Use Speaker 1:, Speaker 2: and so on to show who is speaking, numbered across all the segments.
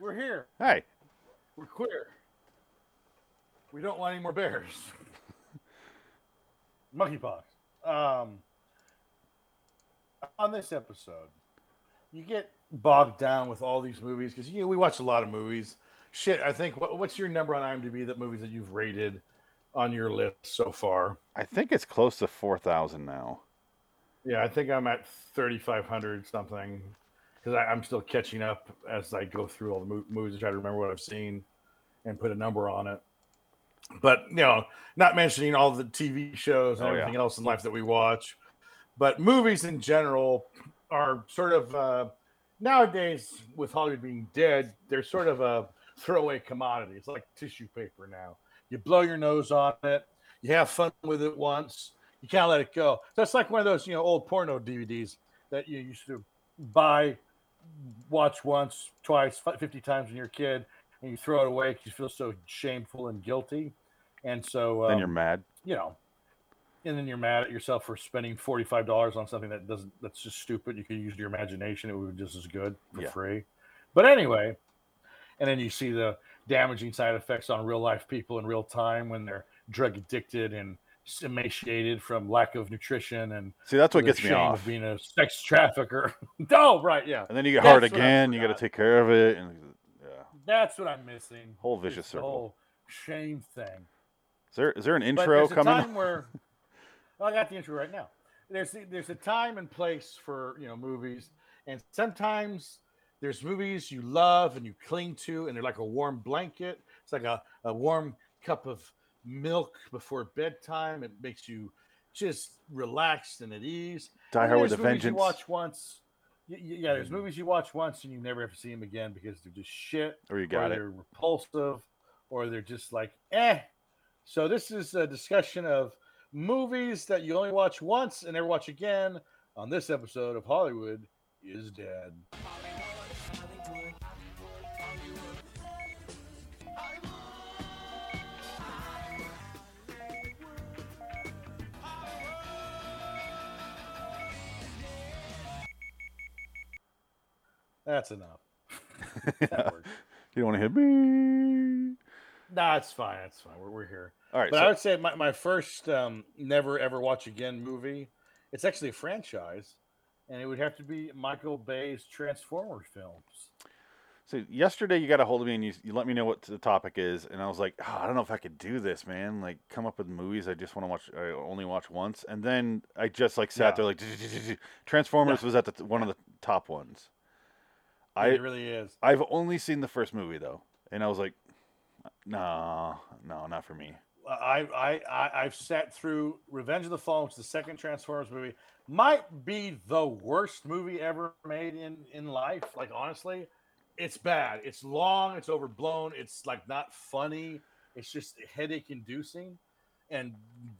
Speaker 1: We're here.
Speaker 2: Hey,
Speaker 1: We're queer. We don't want any more bears. Monkeypox. Um, on this episode, you get bogged down with all these movies because you know, we watch a lot of movies. Shit, I think what, what's your number on IMDb? That movies that you've rated on your list so far?
Speaker 2: I think it's close to 4,000 now.
Speaker 1: Yeah, I think I'm at 3,500 something because I'm still catching up as I go through all the mo- movies to try to remember what I've seen and put a number on it. But, you know, not mentioning all the TV shows and
Speaker 2: Oh, yeah.
Speaker 1: everything else in life that we watch, but movies in general are sort of uh, nowadays, with Hollywood being dead, they're sort of a throwaway commodity. It's like tissue paper now. You blow your nose on it, you have fun with it once, you can't let it go. That's like one of those, you know, old porno DVDs that you used to buy, watch once, twice, fi- 50 times when you're a kid, and you throw it away because you feel so shameful and guilty. And so, um,
Speaker 2: then you're mad.
Speaker 1: you know, and then you're mad at yourself for spending forty five dollars on something that doesn't that's just stupid. You could use your imagination; it would be just as good for
Speaker 2: Yeah.
Speaker 1: free. But anyway, and then you see the damaging side effects on real life people in real time when they're drug addicted and emaciated from lack of nutrition and
Speaker 2: See, that's what
Speaker 1: the
Speaker 2: gets me
Speaker 1: shame
Speaker 2: off.
Speaker 1: of being a sex trafficker. oh, right, yeah,
Speaker 2: And then you get
Speaker 1: That's
Speaker 2: hard
Speaker 1: what I
Speaker 2: again. You got to
Speaker 1: forgot.
Speaker 2: take care of it. And yeah.
Speaker 1: that's what I'm missing.
Speaker 2: Whole
Speaker 1: is
Speaker 2: vicious
Speaker 1: the
Speaker 2: circle.
Speaker 1: whole shame thing.
Speaker 2: Is there is there an
Speaker 1: But
Speaker 2: intro
Speaker 1: there's
Speaker 2: coming?
Speaker 1: A time where well, I got the intro right now. There's there's a time and place for you know movies, and sometimes there's movies you love and you cling to, and they're like a warm blanket. It's like a, a warm cup of milk before bedtime. It makes you just relaxed and at ease.
Speaker 2: Die
Speaker 1: And
Speaker 2: Hard with a
Speaker 1: there's movies
Speaker 2: Vengeance.
Speaker 1: You watch once. y- y- Yeah, there's
Speaker 2: Mhm.
Speaker 1: movies you watch once and you never ever see them again because they're just shit
Speaker 2: Or Oh, you got
Speaker 1: or
Speaker 2: it.
Speaker 1: they're repulsive, or they're just like eh. So this is a discussion of movies that you only watch once and never watch again on this episode of Hollywood is Dead. That's enough. That worked.
Speaker 2: you don't want to hit me.
Speaker 1: Nah, it's fine. It's fine. We're, we're here.
Speaker 2: All right.
Speaker 1: But
Speaker 2: so-
Speaker 1: I would say my, my first um, never ever watch again movie, it's actually a franchise, and it would have to be Michael Bay's Transformers films.
Speaker 2: So yesterday you got a hold of me and you, you let me know what the topic is, and I was like, "Ah, I don't know if I could do this, man. Like, come up with movies I just want to watch, I only watch once. And then I just like sat
Speaker 1: Yeah.
Speaker 2: there like Transformers was at the t- one of the top ones.
Speaker 1: I,
Speaker 2: I
Speaker 1: it really is.
Speaker 2: I've only seen the first movie though, and I was like, no, no, not for me.
Speaker 1: I, I, I I've sat through Revenge of the Fallen, which is the second Transformers movie. Might be the worst movie ever made in in life. Like honestly, it's bad. It's long. It's overblown. It's like not funny. It's just headache inducing. And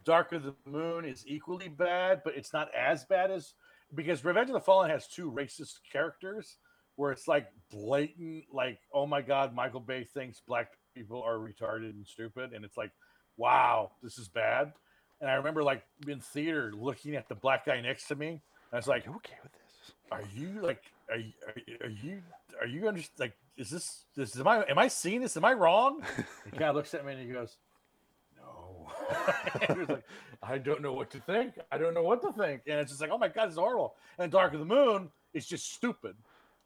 Speaker 1: Dark of the Moon is equally bad, but it's not as bad as because Revenge of the Fallen has two racist characters where it's like blatant, like oh my god, Michael Bay thinks black people are retarded and stupid, and it's like wow, this is bad. And I remember like in theater looking at the black guy next to me. and I was like,
Speaker 2: Are you okay with this?
Speaker 1: are you like, are, you- are, are you, are you under, like, is this, this, am I, am I seeing this? Am I wrong? The guy looks at me and he goes, no. And he was like, I don't know what to think. I don't know what to think. And it's just like, oh my God, it's horrible. And Dark of the Moon is just stupid.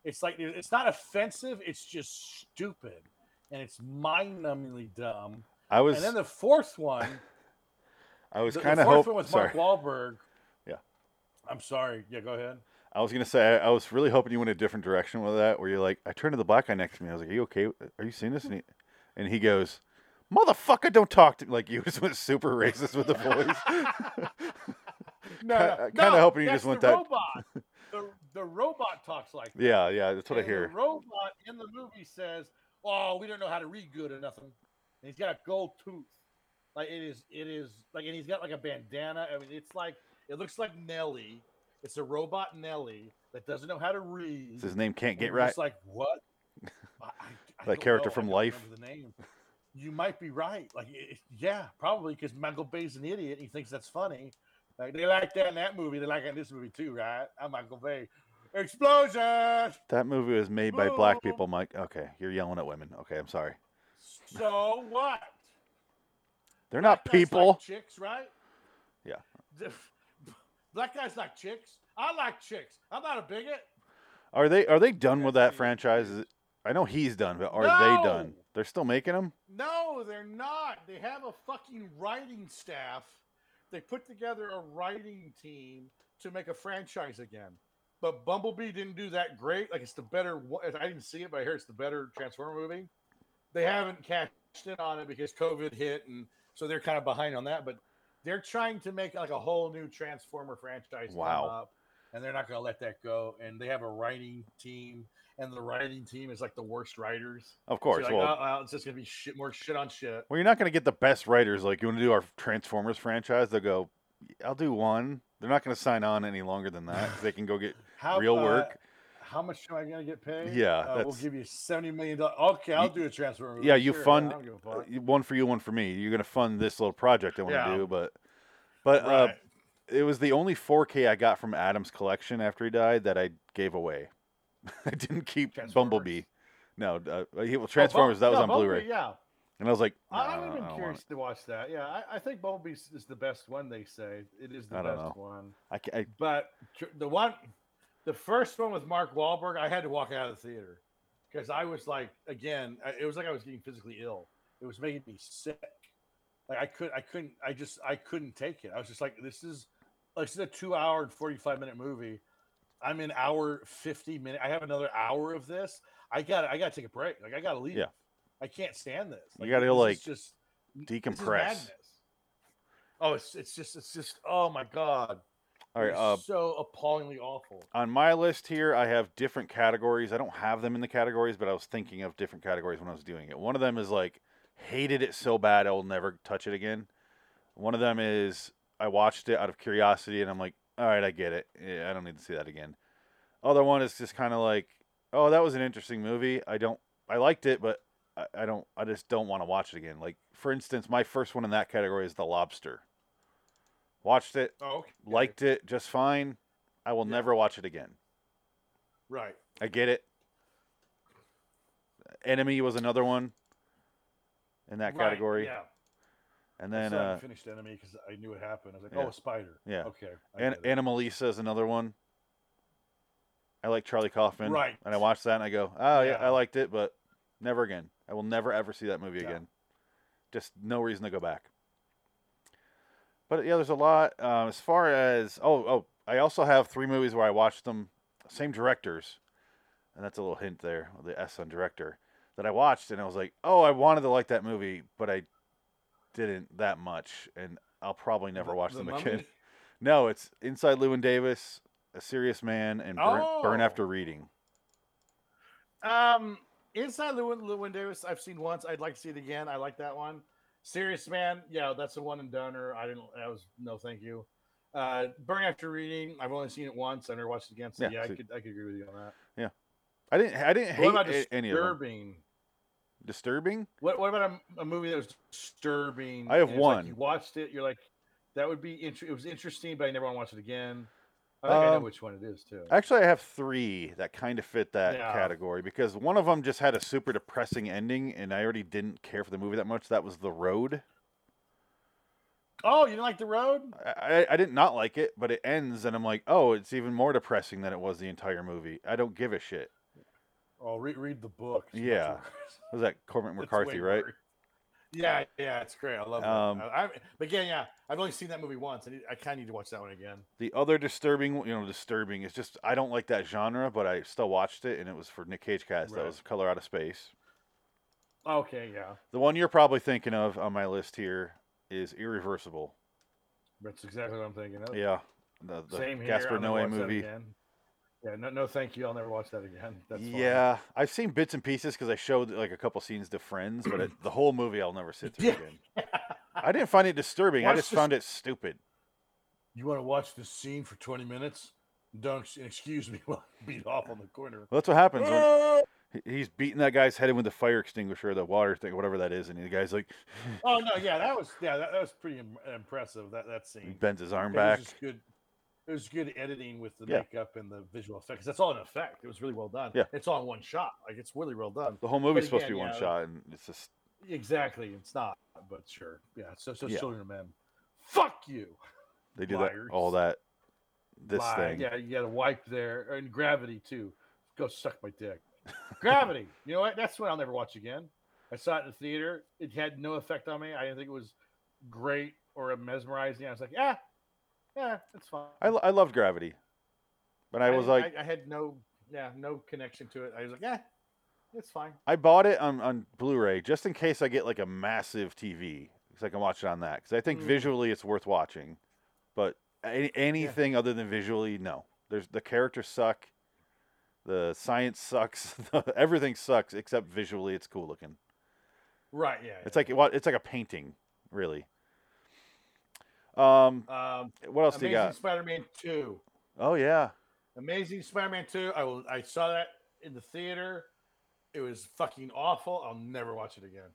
Speaker 1: It's like, it's not offensive. It's just stupid. And it's mind numbingly dumb.
Speaker 2: I was
Speaker 1: And then the fourth one
Speaker 2: I was
Speaker 1: the,
Speaker 2: kind
Speaker 1: the
Speaker 2: of
Speaker 1: fourth
Speaker 2: hoping.
Speaker 1: one with
Speaker 2: sorry.
Speaker 1: Mark Wahlberg.
Speaker 2: Yeah.
Speaker 1: I'm sorry. Yeah, go ahead.
Speaker 2: I was gonna say I, I was really hoping you went a different direction with that, where you're like, I turned to the black guy next to me. I was like, "Are you okay? with- Are you seeing this?" And he, and he goes, "Motherfucker, don't talk to me." Like you just went super racist with the voice.
Speaker 1: No,
Speaker 2: Ki- uh,
Speaker 1: no,
Speaker 2: kinda
Speaker 1: no,
Speaker 2: hoping you just
Speaker 1: that's
Speaker 2: went
Speaker 1: the
Speaker 2: that-
Speaker 1: robot. the, the robot talks like that.
Speaker 2: yeah, yeah, that's what I
Speaker 1: And the
Speaker 2: hear.
Speaker 1: robot in the movie says, "Oh, we don't know how to read good or nothing." And he's got a gold tooth. Like it is, it is like, and he's got like a bandana. I mean, it's like it looks like Nelly. It's a robot Nelly that doesn't know how to read.
Speaker 2: His name can't get
Speaker 1: And you're
Speaker 2: right.
Speaker 1: just like what? I, I- I
Speaker 2: That
Speaker 1: don't
Speaker 2: character
Speaker 1: know. I
Speaker 2: from
Speaker 1: don't
Speaker 2: Life.
Speaker 1: remember The name. You might be right. Like, it, it- yeah, probably because Michael Bay's an idiot. He thinks that's funny. Like they like that in that movie. They like it in this movie too, right? I'm Michael Bay. Explosion.
Speaker 2: That movie was made by black people, Mike. Okay, you're yelling at women. Okay, I'm sorry.
Speaker 1: So what?
Speaker 2: They're not
Speaker 1: Black guys
Speaker 2: people.
Speaker 1: Like chicks, right?
Speaker 2: Yeah.
Speaker 1: Black guys like chicks. I like chicks. I'm not a bigot.
Speaker 2: Are they are they done with that
Speaker 1: Actually,
Speaker 2: franchise? Is it- I know he's done, but are they done?
Speaker 1: No!
Speaker 2: They're still making them.
Speaker 1: No, they're not. They have a fucking writing staff. They put together a writing team to make a franchise again. But Bumblebee didn't do that great. Like it's the better. one- I didn't see it, but I hear it's the better Transformer movie. They haven't cashed in on it because COVID hit, and so they're kind of behind on that. But they're trying to make like a whole new Transformer franchise. come
Speaker 2: Wow.
Speaker 1: up, and they're not going to let that go. And they have a writing team, and the writing team is like the worst writers.
Speaker 2: Of
Speaker 1: So
Speaker 2: course.
Speaker 1: you're like,
Speaker 2: well,
Speaker 1: "Oh, well, it's just gonna be shit, more shit on shit.
Speaker 2: well, you're not going to get the best writers. Like you want to do our Transformers franchise? They'll go. I'll do one. They're not going to sign on any longer than that. 'cause They can go get.
Speaker 1: How
Speaker 2: Real
Speaker 1: uh,
Speaker 2: work.
Speaker 1: How much am I gonna get paid?
Speaker 2: Yeah,
Speaker 1: uh, we'll
Speaker 2: that's-
Speaker 1: give you seventy million dollars. Okay, I'll
Speaker 2: You-
Speaker 1: do a transfer.
Speaker 2: yeah, you fund-
Speaker 1: I don't give a fuck.
Speaker 2: one for you, one for me. You're gonna fund this little project I want to
Speaker 1: Yeah.
Speaker 2: do, but but uh,
Speaker 1: Right.
Speaker 2: it was the only 4K I got from Adam's collection after he died that I gave away. I didn't keep
Speaker 1: Transformers. Oh,
Speaker 2: Bumblebee. No, uh, he, well, Transformers. that was
Speaker 1: no,
Speaker 2: on
Speaker 1: Bumblebee,
Speaker 2: Blu-ray,
Speaker 1: Yeah,
Speaker 2: and I was like, "Nah,
Speaker 1: I,
Speaker 2: I don't,
Speaker 1: I'm
Speaker 2: I don't
Speaker 1: even
Speaker 2: want
Speaker 1: curious
Speaker 2: it."
Speaker 1: to watch that. Yeah, I, I think Bumblebee is- is the best one. They say it is the
Speaker 2: I don't
Speaker 1: best
Speaker 2: know.
Speaker 1: one.
Speaker 2: I, ca- I-
Speaker 1: But tr- the one, the first one with Mark Wahlberg, I had to walk out of the theater because I was like, again, I- it was like I was getting physically ill. It was making me sick. Like I could, I couldn't, I just, I couldn't take it. I was just like, this is, this is a two-hour and forty-five minute movie. I'm in hour fifty minute. I have another hour of this. I got, to I got to take a break. Like I got to leave.
Speaker 2: Yeah.
Speaker 1: I can't stand this.
Speaker 2: You gotta,
Speaker 1: this is
Speaker 2: like,
Speaker 1: just this is
Speaker 2: decompress.
Speaker 1: madness. Oh, it's it's just it's just oh my god.
Speaker 2: All right,
Speaker 1: It's
Speaker 2: uh,
Speaker 1: so appallingly awful.
Speaker 2: on my list here, I have different categories. I don't have them in the categories, but I was thinking of different categories when I was doing it. One of them is like hated it so bad I will never touch it again. One of them is I watched it out of curiosity and I'm like, all right, I get it. Yeah, I don't need to see that again. Other one is just kind of like, oh, that was an interesting movie. I don't, I liked it, but I, I don't, I just don't want to watch it again. Like for instance, my first one in that category is The Lobster. Watched it,
Speaker 1: Oh, okay.
Speaker 2: liked it just fine. I will
Speaker 1: Yeah.
Speaker 2: never watch it again.
Speaker 1: right.
Speaker 2: I get it. Enemy was another one in that
Speaker 1: right,
Speaker 2: category,
Speaker 1: Yeah.
Speaker 2: and
Speaker 1: I
Speaker 2: then
Speaker 1: still haven't
Speaker 2: uh,
Speaker 1: finished enemy because I knew it happened. I was like,
Speaker 2: yeah.
Speaker 1: oh, a spider.
Speaker 2: Yeah.
Speaker 1: Okay. I
Speaker 2: An-
Speaker 1: get it.
Speaker 2: Animalisa is another one. I like Charlie Kaufman,
Speaker 1: Right.
Speaker 2: And I watched that and I go, oh yeah,
Speaker 1: Yeah.
Speaker 2: I liked it, but never again. I will never ever see that movie
Speaker 1: Yeah.
Speaker 2: again. Just no reason to go back. But yeah, there's a lot um, as far as oh oh. I also have three movies where I watched them, same directors, and that's a little hint there, the S on director that I watched, and I was like, oh, I wanted to like that movie, but I didn't that much, and I'll probably never
Speaker 1: The-
Speaker 2: watch
Speaker 1: the
Speaker 2: them
Speaker 1: mummy?
Speaker 2: again. No, it's Inside Lewin Davis, A Serious Man, and Burn, Burn
Speaker 1: Oh.
Speaker 2: After Reading.
Speaker 1: Um, Inside Lewin, Lewin Davis, I've seen once. I'd like to see it again. I like that one. Serious Man, yeah, that's the one and done. Or I didn't. That was no, thank you. Uh, Burn After Reading, I've only seen it once. I never watched it again. So
Speaker 2: Yeah,
Speaker 1: yeah, I
Speaker 2: see-
Speaker 1: could I could agree with you on that.
Speaker 2: I didn't. I didn't
Speaker 1: What about
Speaker 2: hate a- any of them.
Speaker 1: disturbing?
Speaker 2: Disturbing.
Speaker 1: What What about a, a movie that was disturbing?
Speaker 2: I have
Speaker 1: and it's like
Speaker 2: one.
Speaker 1: you watched it. You're like, that would be int- It was interesting, but I never want to watch it again. I think I know
Speaker 2: Um,
Speaker 1: which one it is too.
Speaker 2: Actually, I have three that kind of fit that
Speaker 1: Yeah.
Speaker 2: category because one of them just had a super depressing ending, and I already didn't care for the movie that much. That was The Road.
Speaker 1: oh, you didn't like The Road?
Speaker 2: I, I, I did not like it, but it ends, and I'm like, oh, it's even more depressing than it was the entire movie. I don't give a shit.
Speaker 1: Oh, read read the book. It's much
Speaker 2: Yeah.
Speaker 1: worse.
Speaker 2: What was that Cormac
Speaker 1: It's
Speaker 2: McCarthy,
Speaker 1: way
Speaker 2: right?
Speaker 1: worse. Yeah, yeah, it's great. I love
Speaker 2: Um,
Speaker 1: that. I, I, but again, yeah, I've only seen that movie once. I, need, I kind of need to watch that one again.
Speaker 2: The other disturbing, you know, disturbing is just I don't like that genre, but I still watched it, and it was for Nick Cage cast. That
Speaker 1: Right.
Speaker 2: was Color Out of Space.
Speaker 1: Okay, yeah,
Speaker 2: The one you're probably thinking of on my list here is Irreversible.
Speaker 1: that's exactly what I'm thinking of.
Speaker 2: Yeah, the, the
Speaker 1: Same here.
Speaker 2: Gaspar
Speaker 1: I'll never
Speaker 2: Noé
Speaker 1: watch that
Speaker 2: movie.
Speaker 1: again. Yeah, no, no, thank you. I'll never watch that again. That's fine.
Speaker 2: yeah, I've seen bits and pieces because I showed like a couple scenes to friends, but it, the whole movie I'll never sit through
Speaker 1: Yeah.
Speaker 2: again. I didn't find it disturbing. I
Speaker 1: Watch
Speaker 2: just
Speaker 1: this-
Speaker 2: found it stupid.
Speaker 1: You want to watch this scene for 20 minutes? Don't ex- excuse me while I beat off on the corner.
Speaker 2: Well, that's what happens when
Speaker 1: oh
Speaker 2: he- he's beating that guy's head in with the fire extinguisher, the water thing, whatever that is, and the guy's like
Speaker 1: Oh, no, yeah, that was yeah, that, that was pretty Im- impressive. That that
Speaker 2: he
Speaker 1: scene.
Speaker 2: bends his arm
Speaker 1: That
Speaker 2: back.
Speaker 1: was just good. It was good editing with the
Speaker 2: Yeah.
Speaker 1: makeup and the visual effects. That's all in effect. It was really well done.
Speaker 2: Yeah.
Speaker 1: It's all in one shot. Like it's really well done.
Speaker 2: The whole movie's
Speaker 1: But
Speaker 2: supposed
Speaker 1: again,
Speaker 2: to be one
Speaker 1: yeah.
Speaker 2: shot, and it's just
Speaker 1: Exactly. It's not, but sure. Yeah. It's just, just
Speaker 2: Yeah.
Speaker 1: children of men. Fuck you.
Speaker 2: they do
Speaker 1: Liars.
Speaker 2: that all that this
Speaker 1: Lie.
Speaker 2: thing.
Speaker 1: Yeah. You got to wipe there and gravity too. Go suck my dick. Gravity. you know what? That's one I'll never watch again. I saw it in the theater. It had no effect on me. I didn't think it was great or mesmerizing. I was like, yeah, yeah, it's fine.
Speaker 2: I, lo- I loved Gravity, but I was
Speaker 1: didn't-
Speaker 2: like,
Speaker 1: I, I had no, yeah, no connection to it. I was like, yeah, it's fine.
Speaker 2: I bought it on, on Blu-ray just in case I get like a massive TV, because I can watch it on that. Because I think
Speaker 1: Mm.
Speaker 2: visually it's worth watching, but any, anything other than visually, no. There's the characters suck, the science sucks, everything sucks except visually it's cool looking.
Speaker 1: Right. Yeah.
Speaker 2: It's like wa- it's like a painting, really. Um,
Speaker 1: yeah. um,
Speaker 2: what else do you
Speaker 1: Amazing
Speaker 2: got?
Speaker 1: Spider-Man Two.
Speaker 2: Oh yeah,
Speaker 1: Amazing Spider-Man Two. I will. I saw that in the theater. It was fucking awful. I'll never watch it again,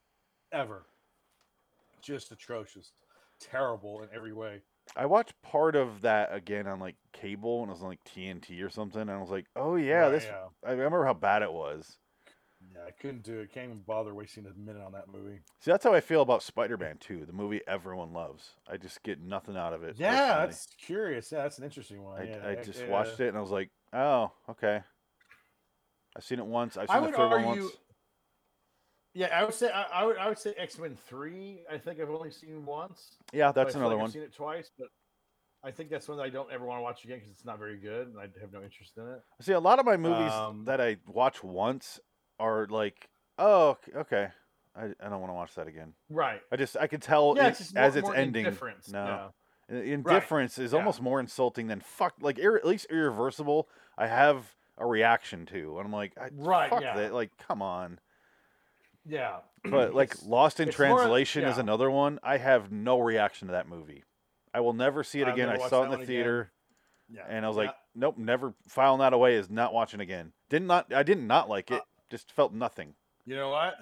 Speaker 1: ever. Just atrocious, terrible in every way.
Speaker 2: I watched part of that again on like cable, and it was on like TNT or something, and I was like, oh yeah,
Speaker 1: Right,
Speaker 2: this.
Speaker 1: Yeah.
Speaker 2: I remember how bad it was.
Speaker 1: Yeah, I couldn't do it. Can't even bother wasting a minute on that movie.
Speaker 2: See, that's how I feel about Spider-Man 2, the movie everyone loves. I just get nothing out of it.
Speaker 1: Yeah,
Speaker 2: personally.
Speaker 1: that's curious. Yeah, that's an interesting one.
Speaker 2: I,
Speaker 1: yeah,
Speaker 2: I just watched it and I was like, oh, okay. I've seen it once. I've
Speaker 1: I
Speaker 2: seen the
Speaker 1: would
Speaker 2: third one
Speaker 1: argue-
Speaker 2: once.
Speaker 1: Yeah, I would say I, I would I would say X Men Three. I think I've only seen once.
Speaker 2: Yeah, that's
Speaker 1: but I feel
Speaker 2: another
Speaker 1: like
Speaker 2: one.
Speaker 1: I've seen it twice, but I think that's one that I don't ever want to watch again because it's not very good, and I have no interest in it.
Speaker 2: See, a lot of my movies
Speaker 1: Um,
Speaker 2: that I watch once are like, oh, ok- okay. I, I don't want to watch that again.
Speaker 1: Right.
Speaker 2: I just I can tell
Speaker 1: yeah,
Speaker 2: it-
Speaker 1: it's just more,
Speaker 2: as it's
Speaker 1: more
Speaker 2: ending.
Speaker 1: indifference.
Speaker 2: No.
Speaker 1: Yeah.
Speaker 2: I- Indifference is
Speaker 1: yeah.
Speaker 2: almost more insulting than fuck. Like ir- at least irreversible. I have a reaction to, and I'm like, I,
Speaker 1: Right,
Speaker 2: fuck
Speaker 1: yeah.
Speaker 2: that. Like, come on.
Speaker 1: Yeah.
Speaker 2: But like
Speaker 1: It's-
Speaker 2: Lost in
Speaker 1: it's more-
Speaker 2: Translation is
Speaker 1: yeah.
Speaker 2: another one. I have no reaction to that movie. I will never see it
Speaker 1: I've
Speaker 2: again.
Speaker 1: never
Speaker 2: I
Speaker 1: watched
Speaker 2: saw
Speaker 1: that
Speaker 2: it in
Speaker 1: one
Speaker 2: the
Speaker 1: again.
Speaker 2: theater,
Speaker 1: yeah.
Speaker 2: and I was
Speaker 1: Yeah.
Speaker 2: like, nope, never filing that away is not watching again. Did not. I did not like
Speaker 1: Uh,
Speaker 2: it. Just felt nothing.
Speaker 1: you know what?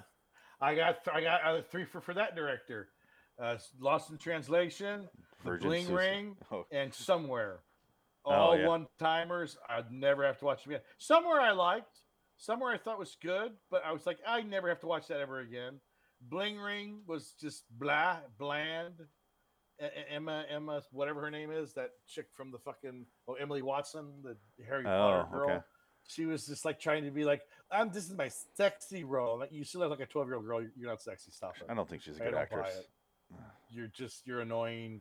Speaker 1: I got I got uh, three for for that director. Uh, Lost in Translation, The
Speaker 2: Virgin
Speaker 1: Bling
Speaker 2: Suicide-
Speaker 1: Ring,
Speaker 2: Oh,
Speaker 1: and Somewhere.
Speaker 2: Oh,
Speaker 1: All
Speaker 2: yeah.
Speaker 1: one timers. I'd never have to watch them again. Somewhere I liked. Somewhere I thought was good, but I was like, I never have to watch that ever again. Bling Ring was just blah, bland. E- E- Emma, Emma, whatever her name is, that chick from the fucking, oh, Emily Watson, the Harry Potter
Speaker 2: Oh,
Speaker 1: girl.
Speaker 2: okay.
Speaker 1: She was just like trying to be like, I'm, this is my sexy role. Like, you still look like a 12 year old girl. You're, you're not sexy. Stop it.
Speaker 2: I don't think she's a
Speaker 1: I
Speaker 2: good
Speaker 1: don't buy
Speaker 2: actress.
Speaker 1: it. You're just, you're annoying.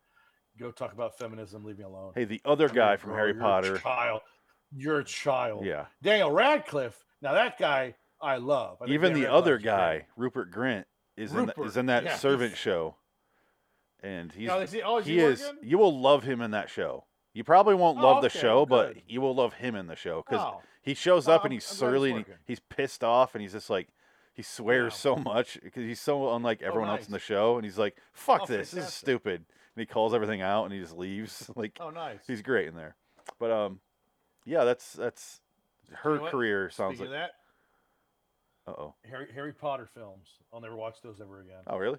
Speaker 1: Go talk about feminism. Leave me alone.
Speaker 2: Hey, the other
Speaker 1: I mean,
Speaker 2: guy from
Speaker 1: girl,
Speaker 2: Harry
Speaker 1: you're a
Speaker 2: Potter.
Speaker 1: child. You're a child.
Speaker 2: Yeah.
Speaker 1: Daniel Radcliffe. Now that guy I love. I think
Speaker 2: Even
Speaker 1: Daniel
Speaker 2: the other
Speaker 1: Radcliffe's great.
Speaker 2: guy, Rupert Grint, is in the, is
Speaker 1: Rupert,
Speaker 2: in that
Speaker 1: yeah.
Speaker 2: servant show, and he's
Speaker 1: Now, is he, oh, is
Speaker 2: he is.
Speaker 1: Working?
Speaker 2: You will love him in that show. You probably won't
Speaker 1: Oh,
Speaker 2: love the
Speaker 1: okay,
Speaker 2: show, but
Speaker 1: good.
Speaker 2: you will love him in the show because
Speaker 1: Oh,
Speaker 2: he shows
Speaker 1: Well,
Speaker 2: up and
Speaker 1: I'm-
Speaker 2: he's
Speaker 1: I'm glad he's
Speaker 2: surly and he-
Speaker 1: working.
Speaker 2: he's pissed off and he's just like he swears
Speaker 1: Yeah.
Speaker 2: so much because he's so unlike everyone else in
Speaker 1: Oh,
Speaker 2: the
Speaker 1: nice.
Speaker 2: show and he's like fuck
Speaker 1: Oh,
Speaker 2: this this is
Speaker 1: fantastic.
Speaker 2: stupid and he calls everything out and he just leaves like
Speaker 1: oh, nice.
Speaker 2: he's great in there but um yeah that's that's her
Speaker 1: know what?
Speaker 2: career sounds
Speaker 1: Speaking
Speaker 2: like
Speaker 1: of
Speaker 2: uh oh
Speaker 1: that, Harry, Harry Potter films. I'll never watch those ever again.
Speaker 2: oh really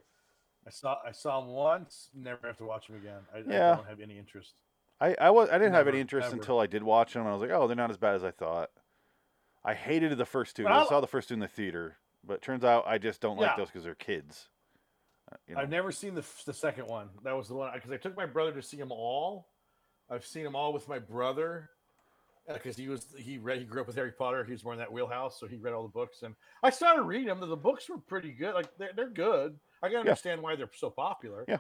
Speaker 1: I saw I saw them once. Never have to watch them again. I,
Speaker 2: Yeah.
Speaker 1: I don't have any interest.
Speaker 2: I I was I didn't have any
Speaker 1: Never,
Speaker 2: interest
Speaker 1: ever.
Speaker 2: until I did watch them. and I was like, oh, they're not as bad as I thought. I hated the first two.
Speaker 1: But
Speaker 2: I
Speaker 1: I'll-
Speaker 2: saw the first two in the theater, but turns out I just don't like
Speaker 1: Yeah.
Speaker 2: those because they're kids. Uh, you know.
Speaker 1: I've never seen the f- the second one. That was the one because I took my brother to see them all. I've seen them all with my brother because he was he read he grew up with Harry Potter. He was more in that wheelhouse, so he read all the books. And I started reading them. The books were pretty good. Like they're, they're good. I can understand why they're so popular.
Speaker 2: Yeah.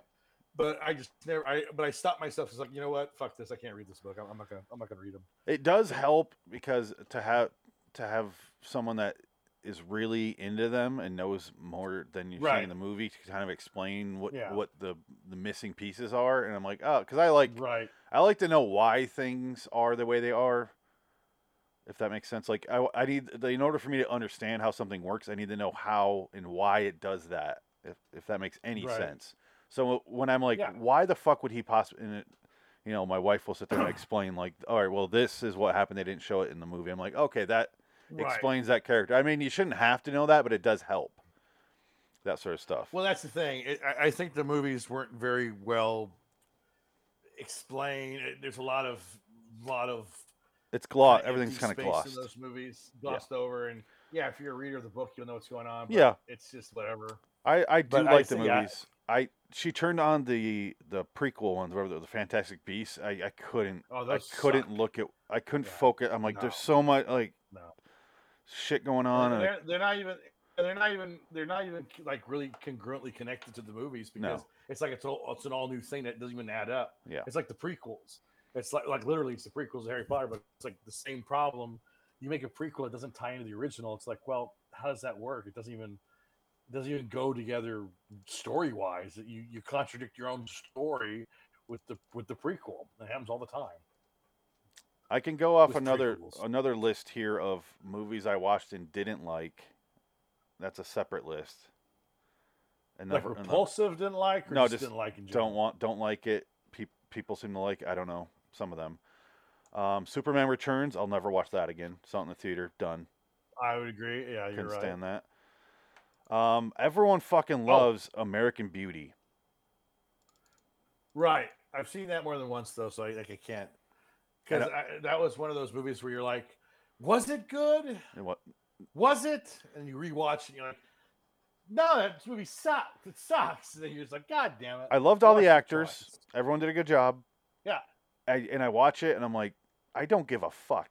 Speaker 1: But I just never. I but I stopped myself. It's like you know what? Fuck this. I can't read this book. I'm, I'm not gonna. I'm not gonna read them.
Speaker 2: It does help because to have to have someone that is really into them and knows more than you see
Speaker 1: Right.
Speaker 2: in the movie to kind of explain what
Speaker 1: Yeah.
Speaker 2: what the the missing pieces are. And I'm like, oh, because I like
Speaker 1: Right.
Speaker 2: I like to know why things are the way they are. If that makes sense, like I, I need in order for me to understand how something works, I need to know how and why it does that. If if that makes any
Speaker 1: Right.
Speaker 2: sense. So when I'm like,
Speaker 1: Yeah.
Speaker 2: why the fuck would he possibly? And it, you know, my wife will sit there and explain like, all right, well, this is what happened. They didn't show it in the movie. I'm like, okay, that
Speaker 1: Right.
Speaker 2: explains that character. I mean, you shouldn't have to know that, but it does help. That sort of stuff.
Speaker 1: Well, that's the thing. It, I, I think the movies weren't very well explained. It- There's a lot of a lot of
Speaker 2: It's gloss.
Speaker 1: kinda
Speaker 2: Everything's
Speaker 1: empty
Speaker 2: kind of
Speaker 1: space
Speaker 2: glossed.
Speaker 1: in those movies glossed over, and yeah, if you're a reader of the book, you'll know what's going on. But
Speaker 2: Yeah.
Speaker 1: it's just whatever.
Speaker 2: I, I do
Speaker 1: But I
Speaker 2: like the
Speaker 1: see, I-
Speaker 2: movies. I, she turned on the the prequel ones, whatever the, the Fantastic Beasts. I, I couldn't
Speaker 1: Oh,
Speaker 2: I
Speaker 1: those
Speaker 2: couldn't
Speaker 1: suck.
Speaker 2: look at I couldn't
Speaker 1: Yeah.
Speaker 2: focus. I'm like,
Speaker 1: No.
Speaker 2: there's so much like
Speaker 1: No.
Speaker 2: shit going
Speaker 1: And
Speaker 2: on. and I-
Speaker 1: they're, they're not even. and They're not even. They're not even like really congruently connected to the movies
Speaker 2: No.
Speaker 1: because it's like it's all, it's an all new thing that doesn't even add up.
Speaker 2: Yeah.
Speaker 1: it's like the prequels. It's like like literally it's the prequels of Harry Potter, but it's like the same problem. You make a prequel, it doesn't tie into the original. It's like, well, how does that work? It doesn't even it doesn't even go together story wise. You you contradict your own story with the with the prequel. It happens all the time.
Speaker 2: I can go off
Speaker 1: with
Speaker 2: another
Speaker 1: prequels.
Speaker 2: another list here of movies I watched and didn't like. That's a separate list. And
Speaker 1: Like
Speaker 2: never- and the-
Speaker 1: repulsive didn't like or
Speaker 2: No,
Speaker 1: just,
Speaker 2: just
Speaker 1: didn't like in general.
Speaker 2: don't want don't like it. Peop people seem to like. it. I don't know some of them. Um, Superman Returns. I'll never watch that again. Saw it in the theater. Done.
Speaker 1: I would agree. Yeah, you're
Speaker 2: Couldn't
Speaker 1: right. Oh.
Speaker 2: stand that. Um, everyone fucking loves American Beauty.
Speaker 1: Right. I've seen that more than once though, so I like I can't
Speaker 2: I
Speaker 1: because
Speaker 2: know-
Speaker 1: that was one of those movies where you're like, was it good?
Speaker 2: And what?
Speaker 1: was it? And you rewatch it, and you're like, no, that movie sucked. It sucks. And then you're just like, God damn it.
Speaker 2: I loved all
Speaker 1: watched
Speaker 2: the
Speaker 1: it
Speaker 2: actors.
Speaker 1: Oh, twice.
Speaker 2: Everyone did a good job.
Speaker 1: Yeah.
Speaker 2: I, and I watch it and I'm like, I don't give a fuck.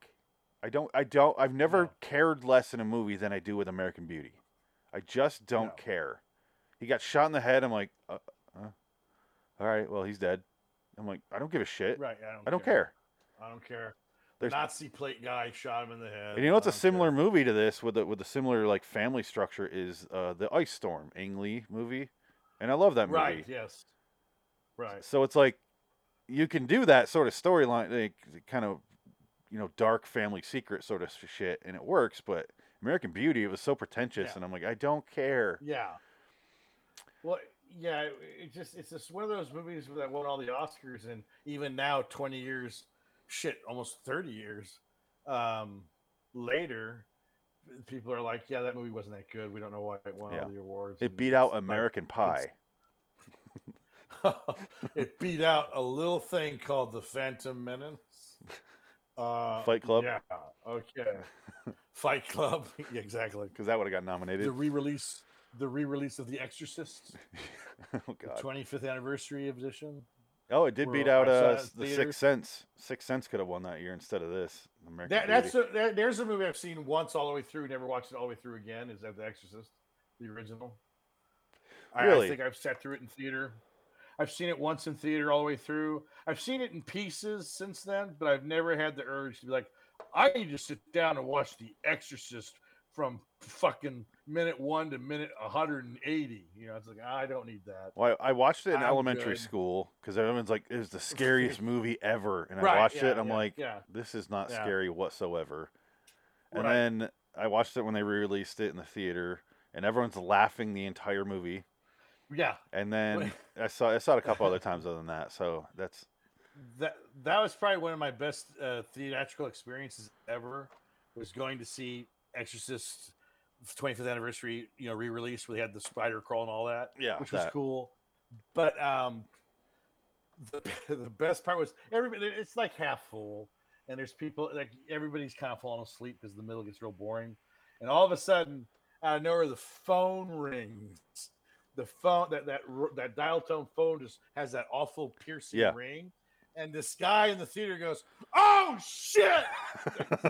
Speaker 2: I don't. I don't. I've never
Speaker 1: No.
Speaker 2: cared less in a movie than I do with American Beauty. I just don't
Speaker 1: No.
Speaker 2: care. He got shot in the head. I'm like, uh, uh, all right. Well, he's dead. I'm like, I don't give a shit.
Speaker 1: Right. I don't,
Speaker 2: I don't care.
Speaker 1: I don't care. The
Speaker 2: There's-
Speaker 1: Nazi plate guy shot him in the head.
Speaker 2: And you know
Speaker 1: I
Speaker 2: what's a
Speaker 1: don't care.
Speaker 2: similar movie to this with a, with a similar like family structure is uh, the Ice Storm Ang Lee movie, and I love that movie.
Speaker 1: Right. Yes. Right.
Speaker 2: So it's like you can do that sort of storyline, like kind of you know dark family secret sort of sh- shit, and it works. But American Beauty, it was so pretentious,
Speaker 1: Yeah.
Speaker 2: and I'm like, I don't care.
Speaker 1: Yeah. Well, yeah. It it just it's just one of those movies that won all the Oscars, and even now, twenty years, shit, almost thirty years um, later, people are like, "Yeah, that movie wasn't that good. We don't know why it won
Speaker 2: Yeah.
Speaker 1: all the awards."
Speaker 2: It
Speaker 1: and
Speaker 2: beat out
Speaker 1: it's like-
Speaker 2: American Pie.
Speaker 1: it beat out a little thing called the Phantom Menace. Uh,
Speaker 2: Fight Club?
Speaker 1: Yeah. Okay. Fight Club. Yeah, exactly.
Speaker 2: Because that would have got nominated.
Speaker 1: The re-release, the re-release of The Exorcist,
Speaker 2: oh
Speaker 1: the
Speaker 2: god.
Speaker 1: 25th anniversary edition.
Speaker 2: Oh, it did beat
Speaker 1: were- I
Speaker 2: out
Speaker 1: saw
Speaker 2: uh,
Speaker 1: it in
Speaker 2: s- the
Speaker 1: theaters.
Speaker 2: Sixth Sense. Sixth Sense could have won that year instead of this. American
Speaker 1: That,
Speaker 2: Beauty.
Speaker 1: that's a, that, there's a movie I've seen once all the way through, never watched it all the way through again. Is that The Exorcist, the original? I- I,
Speaker 2: Really?
Speaker 1: think I've sat through it in theater. I've seen it once in theater all the way through. I've seen it in pieces since then, but I've never had the urge to be like, I need to sit down and watch The Exorcist from fucking minute one to minute 180. You know, it's like I don't need that.
Speaker 2: Well, I I watched it in
Speaker 1: I'm
Speaker 2: elementary
Speaker 1: good.
Speaker 2: school because everyone's like, "It was the scariest movie ever," and I
Speaker 1: Right,
Speaker 2: watched
Speaker 1: yeah,
Speaker 2: it. and I'm
Speaker 1: yeah,
Speaker 2: like,
Speaker 1: yeah.
Speaker 2: "This is not
Speaker 1: Yeah.
Speaker 2: scary whatsoever." And
Speaker 1: Right.
Speaker 2: then I watched it when they re-released it in the theater, and everyone's laughing the entire movie.
Speaker 1: Yeah,
Speaker 2: And then I saw I saw it a couple other times other than that. So that's
Speaker 1: that that was probably one of my best uh, theatrical experiences ever. Was going to see Exorcist 25th anniversary, you know, re-release where they had the spider crawl and all that,
Speaker 2: yeah,
Speaker 1: which was
Speaker 2: that.
Speaker 1: cool. But um, the, the best part was everybody. It's like half full, and there's people like everybody's kind of falling asleep because the middle gets real boring, and all of a sudden, out of nowhere, the phone rings. The phone that that r- that dial tone phone just has that awful piercing
Speaker 2: Yeah.
Speaker 1: ring, and this guy in the theater goes, "Oh shit!"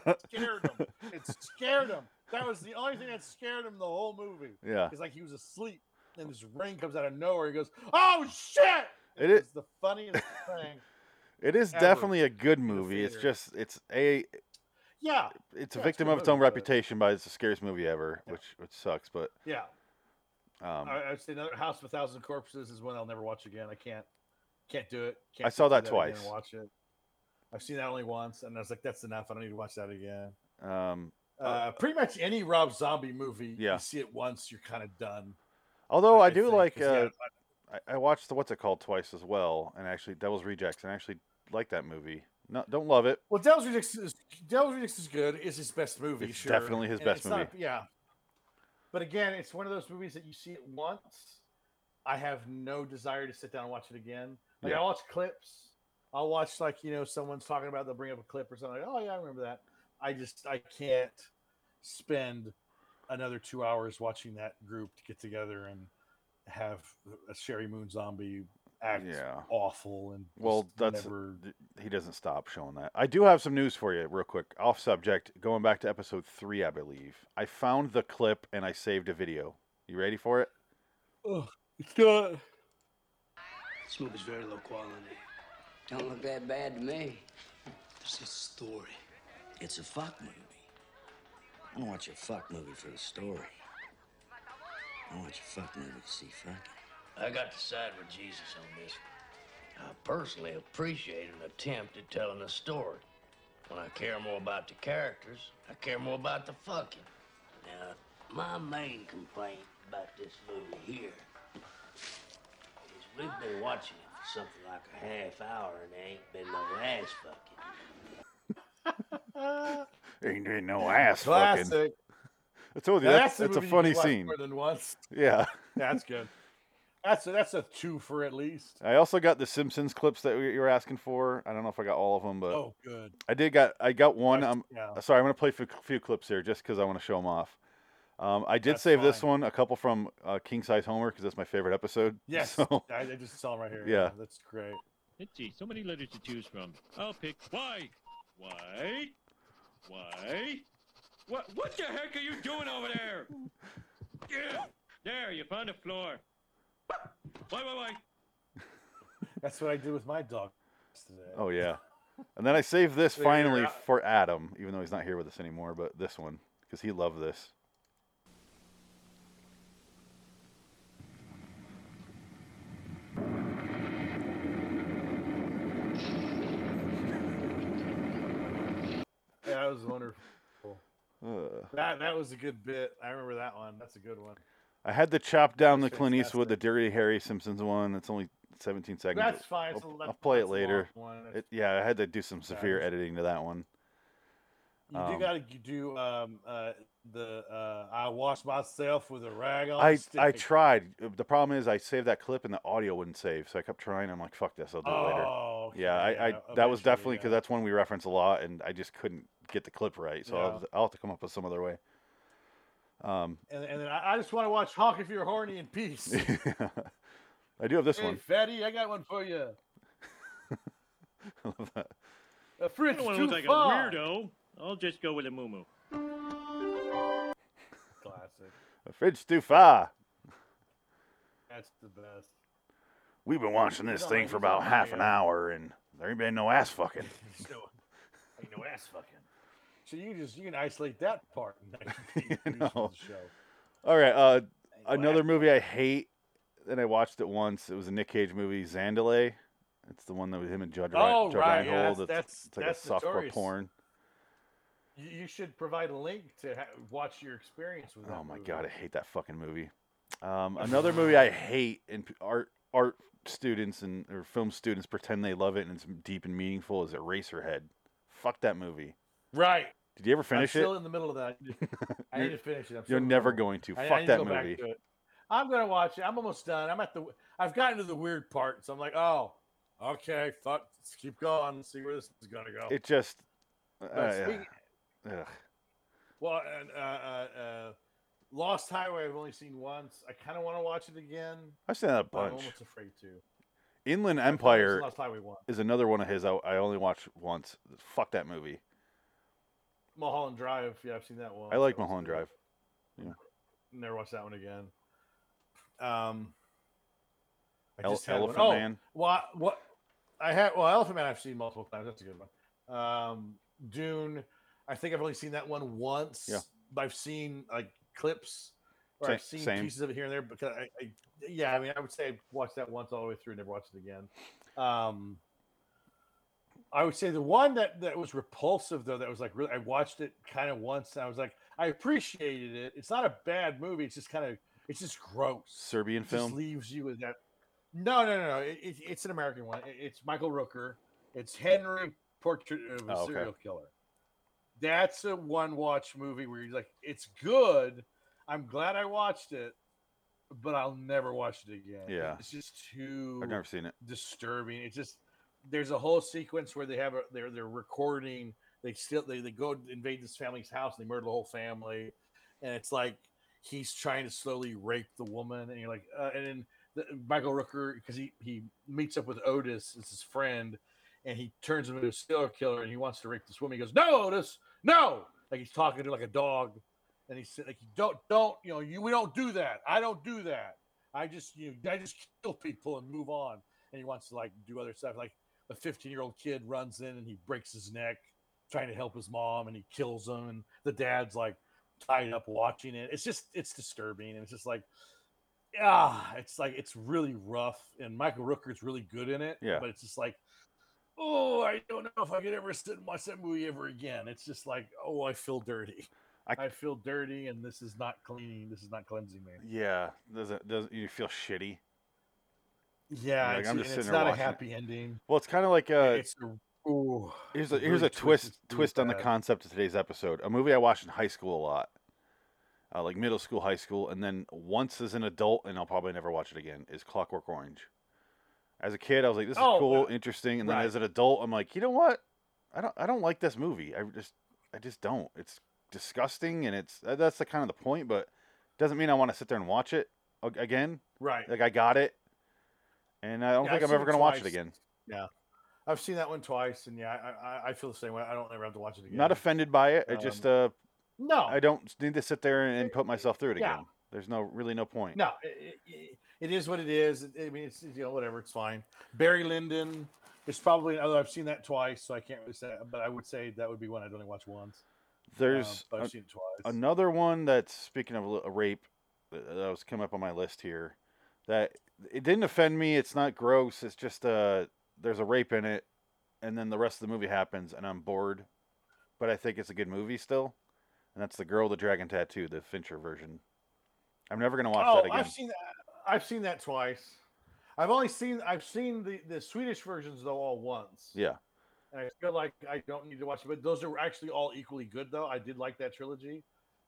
Speaker 1: It scared him. It scared him. That was the only thing that scared him the whole movie.
Speaker 2: yeah.
Speaker 1: It's like he was asleep, and this ring comes out of nowhere. He goes, "Oh shit!"
Speaker 2: It is
Speaker 1: It's the funniest thing.
Speaker 2: it is
Speaker 1: ever
Speaker 2: definitely a good movie. It's
Speaker 1: theater.
Speaker 2: just it's a
Speaker 1: Yeah,
Speaker 2: it's a
Speaker 1: Yeah, it's a
Speaker 2: victim
Speaker 1: good
Speaker 2: of its own
Speaker 1: movie, but-
Speaker 2: reputation by it's the scariest movie ever,
Speaker 1: Yeah.
Speaker 2: which which sucks. But
Speaker 1: yeah.
Speaker 2: um,
Speaker 1: I, I'd say another House of a Thousand Corpses is one I'll never watch again. I can't, can't do it. Can't
Speaker 2: saw
Speaker 1: sit through
Speaker 2: that
Speaker 1: again and
Speaker 2: twice.
Speaker 1: Watch it. I've seen that only once, and I was like, "That's enough. I don't need to watch that again."
Speaker 2: um,
Speaker 1: Uh, pretty much any Rob Zombie movie,
Speaker 2: Yeah.
Speaker 1: you see it once, you're kind of done.
Speaker 2: although I, do
Speaker 1: think,
Speaker 2: like
Speaker 1: 'cause, yeah,
Speaker 2: uh, I, I watched the what's it called twice as well, and actually Devil's Rejects, and I actually like that movie. No, don't love it.
Speaker 1: Well, Devil's Rejects is Devil's Rejects is good. It's his best movie.
Speaker 2: It's
Speaker 1: sure.
Speaker 2: definitely his
Speaker 1: And
Speaker 2: best
Speaker 1: it's not- yeah, but again, it's one of those movies that you see it once. I have no desire to sit down and watch it again. Like
Speaker 2: Yeah.
Speaker 1: I watch clips. I'll watch like you know someone's talking about they'll bring up a clip or something. Like, oh yeah, I remember that. I just I can't spend another two hours watching that group to get together and have a Sherry Moon zombie act
Speaker 2: Yeah.
Speaker 1: awful and
Speaker 2: Well,
Speaker 1: just
Speaker 2: that's-
Speaker 1: never-
Speaker 2: Th- He doesn't stop showing that. I do have some news for you, real quick, off subject. Going back to episode three, I believe. I found the clip and I saved a video. You ready for it?
Speaker 1: it's not.
Speaker 3: This movie's very low quality.
Speaker 4: Don't look that bad to me.
Speaker 3: There's a story.
Speaker 4: It's a fuck movie. I don't watch a fuck movie for the story. I watch a fuck movie to see fucking.
Speaker 3: I got to side with Jesus on this. I personally appreciate an attempt at telling a story. When I care more about the characters, I care more about the fucking. Now, my main complaint about this movie here is we've been watching it for something like a half hour and there ain't been no ass fucking.
Speaker 2: Ain't, ain't no ass
Speaker 1: Classic.
Speaker 2: fucking. I told you
Speaker 1: Now,
Speaker 2: that's,
Speaker 1: the
Speaker 2: that's a
Speaker 1: movie you
Speaker 2: funny
Speaker 1: can watch
Speaker 2: scene.
Speaker 1: More than once.
Speaker 2: Yeah.
Speaker 1: That's good. That's a, that's a two for at least.
Speaker 2: I also got the Simpsons clips that we- you were asking for. I don't know if I got all of them, but
Speaker 1: Oh, good.
Speaker 2: I did got I got one.
Speaker 1: Nice.
Speaker 2: Um,
Speaker 1: Yeah.
Speaker 2: Uh, Sorry, I'm going to play a few clips here just because I want to show them off. Um, I did
Speaker 1: That's
Speaker 2: save this
Speaker 1: fine.
Speaker 2: one, a couple from uh, King Size Homer, because that's my favorite episode.
Speaker 1: Yes,
Speaker 2: So,
Speaker 1: I, I just saw him right here.
Speaker 2: Yeah.
Speaker 1: that's great.
Speaker 5: Let's see, so many letters to choose from. I'll pick Y. Y. Y. What, what the heck are you doing over there? Yeah. There, you found the floor. Why, why, why?
Speaker 1: That's what I did with my dog today.
Speaker 2: oh yeah. And then I saved this
Speaker 1: Figure
Speaker 2: finally
Speaker 1: out-
Speaker 2: for Adam, even though he's not here with us anymore. But this one, because he loved this.
Speaker 1: yeah, that was wonderful.
Speaker 2: Ugh.
Speaker 1: That that was a good bit. I remember that one. That's a good one.
Speaker 2: I had to chop down the
Speaker 1: That's
Speaker 2: Clint Eastwood, the Dirty Harry Simpsons one. It's only 17 seconds.
Speaker 1: That's fine.
Speaker 2: I'll,
Speaker 1: so
Speaker 2: I'll
Speaker 1: that's-
Speaker 2: play it
Speaker 1: that's a long
Speaker 2: later.
Speaker 1: one.
Speaker 2: It, yeah, I had to do some severe
Speaker 1: Fabulous.
Speaker 2: editing to that one.
Speaker 1: you do
Speaker 2: um,
Speaker 1: got to do um, uh, the uh, I wash myself with a rag on. a
Speaker 2: I I
Speaker 1: stick.
Speaker 2: tried. Uh, The problem is I saved that clip and the audio wouldn't save, so I kept trying. I'm like, fuck this, I'll do it later.
Speaker 1: Oh,
Speaker 2: Yeah, I,
Speaker 1: okay,
Speaker 2: I that was
Speaker 1: eventually,
Speaker 2: definitely because
Speaker 1: yeah.
Speaker 2: that's one we reference a lot, and I just couldn't get the clip right, so I'll,
Speaker 1: Yeah.
Speaker 2: have to- I'll have to come up with some other way. Um,
Speaker 1: And, and then I, I just want to watch Honk if you're horny in peace. hey,
Speaker 2: I do have this one.
Speaker 1: fatty, I got one for you.
Speaker 2: I love that.
Speaker 1: A
Speaker 5: I
Speaker 1: fridge
Speaker 5: don't want to
Speaker 1: Uh, too
Speaker 5: look like
Speaker 1: far.
Speaker 5: a weirdo. I'll just go with a moo
Speaker 1: Classic.
Speaker 2: The fridge too far.
Speaker 1: That's the best.
Speaker 2: We've been watching this
Speaker 1: He's
Speaker 2: thing
Speaker 1: on-
Speaker 2: for
Speaker 1: he's on
Speaker 2: about
Speaker 1: my,
Speaker 2: half an
Speaker 1: uh,
Speaker 2: hour, and there ain't been no ass fucking.
Speaker 1: There's no, ain't no ass fucking. So you just you can isolate that part. And that can be
Speaker 2: I
Speaker 1: used for
Speaker 2: know.
Speaker 1: the show.
Speaker 2: All right, uh,
Speaker 1: Ain't no
Speaker 2: another
Speaker 1: ass-
Speaker 2: movie I hate, and I watched it once. It was a Nick Cage movie, Zandalay. It's the one that with him and Judd, Rein-
Speaker 1: Oh,
Speaker 2: Judd
Speaker 1: right, yeah,
Speaker 2: Reinhold.
Speaker 1: that's-
Speaker 2: It's-
Speaker 1: that's-
Speaker 2: it's like
Speaker 1: that's
Speaker 2: a softcore
Speaker 1: notorious.
Speaker 2: porn.
Speaker 1: You, you should provide a link to ha- watch your experience with.
Speaker 2: Oh
Speaker 1: that
Speaker 2: my
Speaker 1: movie.
Speaker 2: god, I hate that fucking movie. Um, another movie I hate, and p- art art students and or film students pretend they love it and it's deep and meaningful is Eraserhead. Fuck that movie.
Speaker 1: Right.
Speaker 2: Did you ever
Speaker 1: I'm
Speaker 2: finish it?
Speaker 1: still in the middle of that. I need to finish it. I'm still
Speaker 2: You're
Speaker 1: in the
Speaker 2: never
Speaker 1: middle.
Speaker 2: going to.
Speaker 1: I- I
Speaker 2: Fuck
Speaker 1: need to
Speaker 2: that
Speaker 1: go back
Speaker 2: movie.
Speaker 1: to it. I'm gonna watch it. I'm almost done. I'm at the. I've gotten to the weird part, so I'm like, oh, okay, fuck. Let's keep going. Let's see where this is gonna go.
Speaker 2: It just.
Speaker 1: But
Speaker 2: uh,
Speaker 1: speaking-
Speaker 2: ugh.
Speaker 1: Well, and, uh, uh, uh, Lost Highway, I've only seen once. I kind of want to watch it again.
Speaker 2: I've seen that a
Speaker 1: but I'm
Speaker 2: bunch.
Speaker 1: almost afraid to. I've
Speaker 2: Inland
Speaker 1: watched
Speaker 2: Empire
Speaker 1: Lost Highway one.
Speaker 2: is another one of his I, I only watched once. Fuck that movie.
Speaker 1: Mulholland Drive. Yeah, I've seen that one.
Speaker 2: I like
Speaker 1: That was
Speaker 2: Mulholland
Speaker 1: good.
Speaker 2: Drive. Yeah.
Speaker 1: Never watched that one again. Um, I
Speaker 2: El-
Speaker 1: had
Speaker 2: Elephant
Speaker 1: one- oh,
Speaker 2: Man.
Speaker 1: What? What? I had well, Elephant Man. I've seen multiple times. That's a good one. Um, Dune. I think I've only seen that one once.
Speaker 2: Yeah.
Speaker 1: But I've seen like clips, or I've
Speaker 2: Sa-
Speaker 1: seen
Speaker 2: same.
Speaker 1: pieces of it here and there. Because I, I, yeah, I mean, I would say I watched that once all the way through, and never watched it again. Um, I would say the one that that was repulsive though, that was like really, I watched it kind of once, and I was like, I appreciated it. It's not a bad movie. It's just kind of, it's just gross
Speaker 2: Serbian
Speaker 1: just
Speaker 2: film.
Speaker 1: leaves you with that. No, no, no, no. It, it, it's an American one. It- it's Michael Rooker. It's Henry Portrait of a
Speaker 2: Oh, okay.
Speaker 1: Serial Killer. That's a one watch movie where you're like, it's good. I'm glad I watched it, but I'll never watch it again.
Speaker 2: Yeah.
Speaker 1: It's just too
Speaker 2: I've never seen it.
Speaker 1: disturbing. It's just there's a whole sequence where they have a they're they're recording. They still they, they go invade this family's house and they murder the whole family, and it's like he's trying to slowly rape the woman, and you're like, uh, and then the, Michael Rooker because he he meets up with Otis, it's his friend, and he turns him into a serial killer, and he wants to rape this woman. He goes, "No, Otis, no!" Like he's talking to like a dog, and he said, "Like don't don't you know you we don't do that. I don't do that. I just you know, I just kill people and move on." And he wants to like do other stuff. Like a 15 year old kid runs in and he breaks his neck trying to help his mom, and he kills him, and the dad's like tied up watching it. It's just it's disturbing, and it's just like ah, it's like it's really rough. And Michael Rooker's really good in it.
Speaker 2: Yeah.
Speaker 1: But it's just like, oh, I don't know if I could ever sit and watch that movie ever again. It's just like, oh, I feel dirty.
Speaker 2: I-
Speaker 1: I, feel dirty, and this is not cleaning. This is not cleansing me.
Speaker 2: Yeah, doesn't doesn't you feel shitty?
Speaker 1: Yeah,
Speaker 2: Like,
Speaker 1: it's,
Speaker 2: I'm
Speaker 1: and
Speaker 2: just sitting
Speaker 1: it's
Speaker 2: there
Speaker 1: not a
Speaker 2: watching it.
Speaker 1: happy ending.
Speaker 2: Well, it's kind of like uh,
Speaker 1: it's a, ooh,
Speaker 2: here's a
Speaker 1: it's
Speaker 2: here's
Speaker 1: really
Speaker 2: a twist
Speaker 1: twisted, really
Speaker 2: twist on the
Speaker 1: bad.
Speaker 2: concept of today's episode. A movie I watched in high school a lot, uh, like middle school, high school, and then once as an adult, and I'll probably never watch it again. Is Clockwork Orange? As a kid, I was like, "This is
Speaker 1: Oh,
Speaker 2: cool,
Speaker 1: uh,
Speaker 2: interesting," and then
Speaker 1: right.
Speaker 2: as an adult, I'm like, "You know what? I don't I don't like this movie. I just I just don't. It's disgusting, and it's that- that's the kind of the point, but doesn't mean I want to sit there and watch it a- again.
Speaker 1: right.
Speaker 2: Like I got it, and I don't
Speaker 1: Yeah,
Speaker 2: think
Speaker 1: I've
Speaker 2: I'm
Speaker 1: seen
Speaker 2: ever
Speaker 1: it
Speaker 2: gonna watch it
Speaker 1: twice.
Speaker 2: again.
Speaker 1: I've seen that one twice, and yeah, I, I, I feel the same way. I don't ever have to watch it again.
Speaker 2: Not offended by it. I just uh,
Speaker 1: no.
Speaker 2: I don't need to sit there and put myself through it
Speaker 1: Um, oh. Yeah.
Speaker 2: again. There's no really no point.
Speaker 1: No, it, it, it is what it is. I mean, it's you know whatever. It's fine. Barry Lyndon is probably although I've seen that twice, so I can't really say. But I would say that would be one I'd only watch once. Um,
Speaker 2: There's
Speaker 1: but I've
Speaker 2: a-
Speaker 1: seen it twice.
Speaker 2: another one that's speaking of a rape that that was coming up on my list here. That it didn't offend me. It's not gross. It's just uh, there's a rape in it, and then the rest of the movie happens, and I'm bored. But I think it's a good movie still, and that's the girl, with the dragon tattoo, the Fincher version. I'm never gonna watch
Speaker 1: oh,
Speaker 2: that again.
Speaker 1: I've seen that. I've seen that twice. I've only seen I've seen the the Swedish versions though all once.
Speaker 2: Yeah,
Speaker 1: and I feel like I don't need to watch it. But those are actually all equally good, though. I did like that trilogy.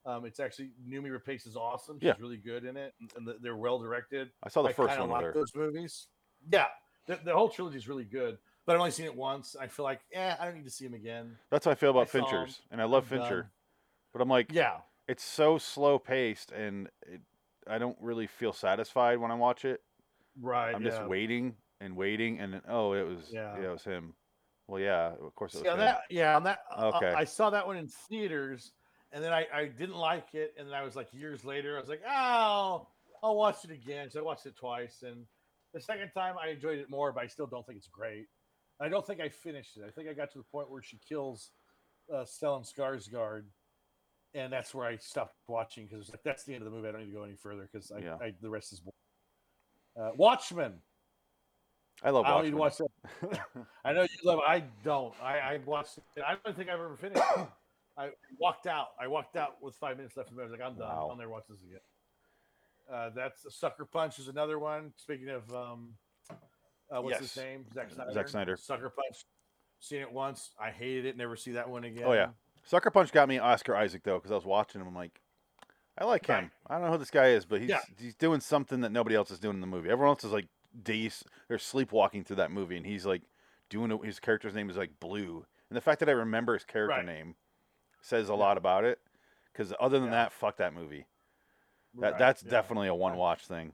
Speaker 1: Um, it's actually Numi Rapace is awesome. She's
Speaker 2: Yeah.
Speaker 1: really good in it, and, and they're well directed.
Speaker 2: I saw the
Speaker 1: I
Speaker 2: first
Speaker 1: kinda
Speaker 2: one with
Speaker 1: like
Speaker 2: her.
Speaker 1: Those movies, yeah. The, the whole trilogy is really good, but I've only seen it once. I feel like, eh, I don't need to see him again.
Speaker 2: That's how I feel about
Speaker 1: saw 'em.
Speaker 2: Fincher's, and I love
Speaker 1: I'm done.
Speaker 2: Fincher, but I'm like,
Speaker 1: Yeah,
Speaker 2: it's so slow paced, and it, I don't really feel satisfied when I watch it.
Speaker 1: right.
Speaker 2: I'm
Speaker 1: yeah.
Speaker 2: just waiting and waiting, and then, oh, it was yeah.
Speaker 1: Yeah.
Speaker 2: it was him. Well, yeah, of course it was
Speaker 1: Yeah,
Speaker 2: him.
Speaker 1: that. Yeah, on that.
Speaker 2: Okay.
Speaker 1: Okay. I, saw that one in theaters, and then I, I didn't like it, and then I was like years later, I was like, oh, I'll watch it again. So I watched it twice, and the second time I enjoyed it more, but I still don't think it's great. I don't think I finished it. I think I got to the point where she kills uh, Stellan Skarsgård, and that's where I stopped watching because it's like that's the end of the movie. I don't need to go any further because I,
Speaker 2: Yeah.
Speaker 1: I the rest is boring. Uh, Watchmen.
Speaker 2: I love
Speaker 1: I don't need
Speaker 2: watching.
Speaker 1: to watch that. I know you love. I don't. I, I watched. It. I don't think I've ever finished. it. I walked out. I walked out with five minutes left in the movie. I was like, I'm done.
Speaker 2: Wow.
Speaker 1: I'll never watch this again. Uh, that's Sucker Punch is another one. Speaking of, um, uh, what's his
Speaker 2: Yes.
Speaker 1: name? Zack
Speaker 2: Zack
Speaker 1: Snyder.
Speaker 2: Snyder.
Speaker 1: Sucker Punch. Seen it once. I hated it. Never see that one again.
Speaker 2: Oh, yeah. Sucker Punch got me Oscar Isaac though, because I was watching him. I'm like, I like him.
Speaker 1: Right.
Speaker 2: I don't know who this guy is, but he's
Speaker 1: Yeah.
Speaker 2: he's doing something that nobody else is doing in the movie. Everyone else is like days or sleepwalking through that movie, and he's like doing it. His character's name is like Blue, and the fact that I remember his character
Speaker 1: Right.
Speaker 2: name says a lot about it. Because other than
Speaker 1: Yeah.
Speaker 2: that, fuck that movie. That
Speaker 1: Right,
Speaker 2: that's
Speaker 1: yeah.
Speaker 2: definitely a one
Speaker 1: Right.
Speaker 2: watch thing.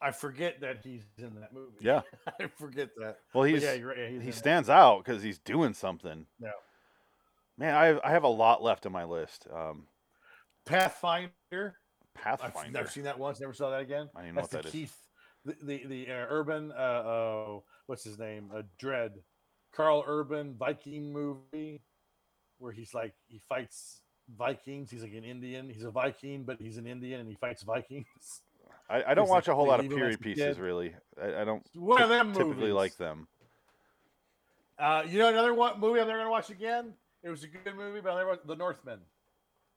Speaker 1: I forget that he's in that movie.
Speaker 2: Yeah.
Speaker 1: I forget that. But
Speaker 2: Well, he's
Speaker 1: yeah, you're right. Yeah, he's
Speaker 2: he
Speaker 1: in it.
Speaker 2: stands out because he's doing something.
Speaker 1: Yeah.
Speaker 2: Man, I have, I have a lot left on my list. Um,
Speaker 1: Pathfinder. I've,
Speaker 2: Pathfinder.
Speaker 1: I've seen that once. Never saw that again.
Speaker 2: I don't even know
Speaker 1: That's
Speaker 2: what
Speaker 1: the
Speaker 2: that is.
Speaker 1: Keith, the the, the uh, Urban. Uh, oh, what's his name? Uh, Dread, Carl Urban Viking movie, where he's like he fights Vikings. He's like an Indian. He's a Viking, but he's an Indian and he fights Vikings.
Speaker 2: I, I don't
Speaker 1: He's
Speaker 2: watch
Speaker 1: like
Speaker 2: a whole
Speaker 1: the
Speaker 2: lot of
Speaker 1: evil
Speaker 2: period
Speaker 1: ass
Speaker 2: pieces,
Speaker 1: kid.
Speaker 2: really. I, I don't
Speaker 1: One of
Speaker 2: typ-
Speaker 1: them
Speaker 2: typically
Speaker 1: movies.
Speaker 2: like them.
Speaker 1: Uh, you know another one movie I'm never gonna watch again. It was a good movie, but I never watched The Northman.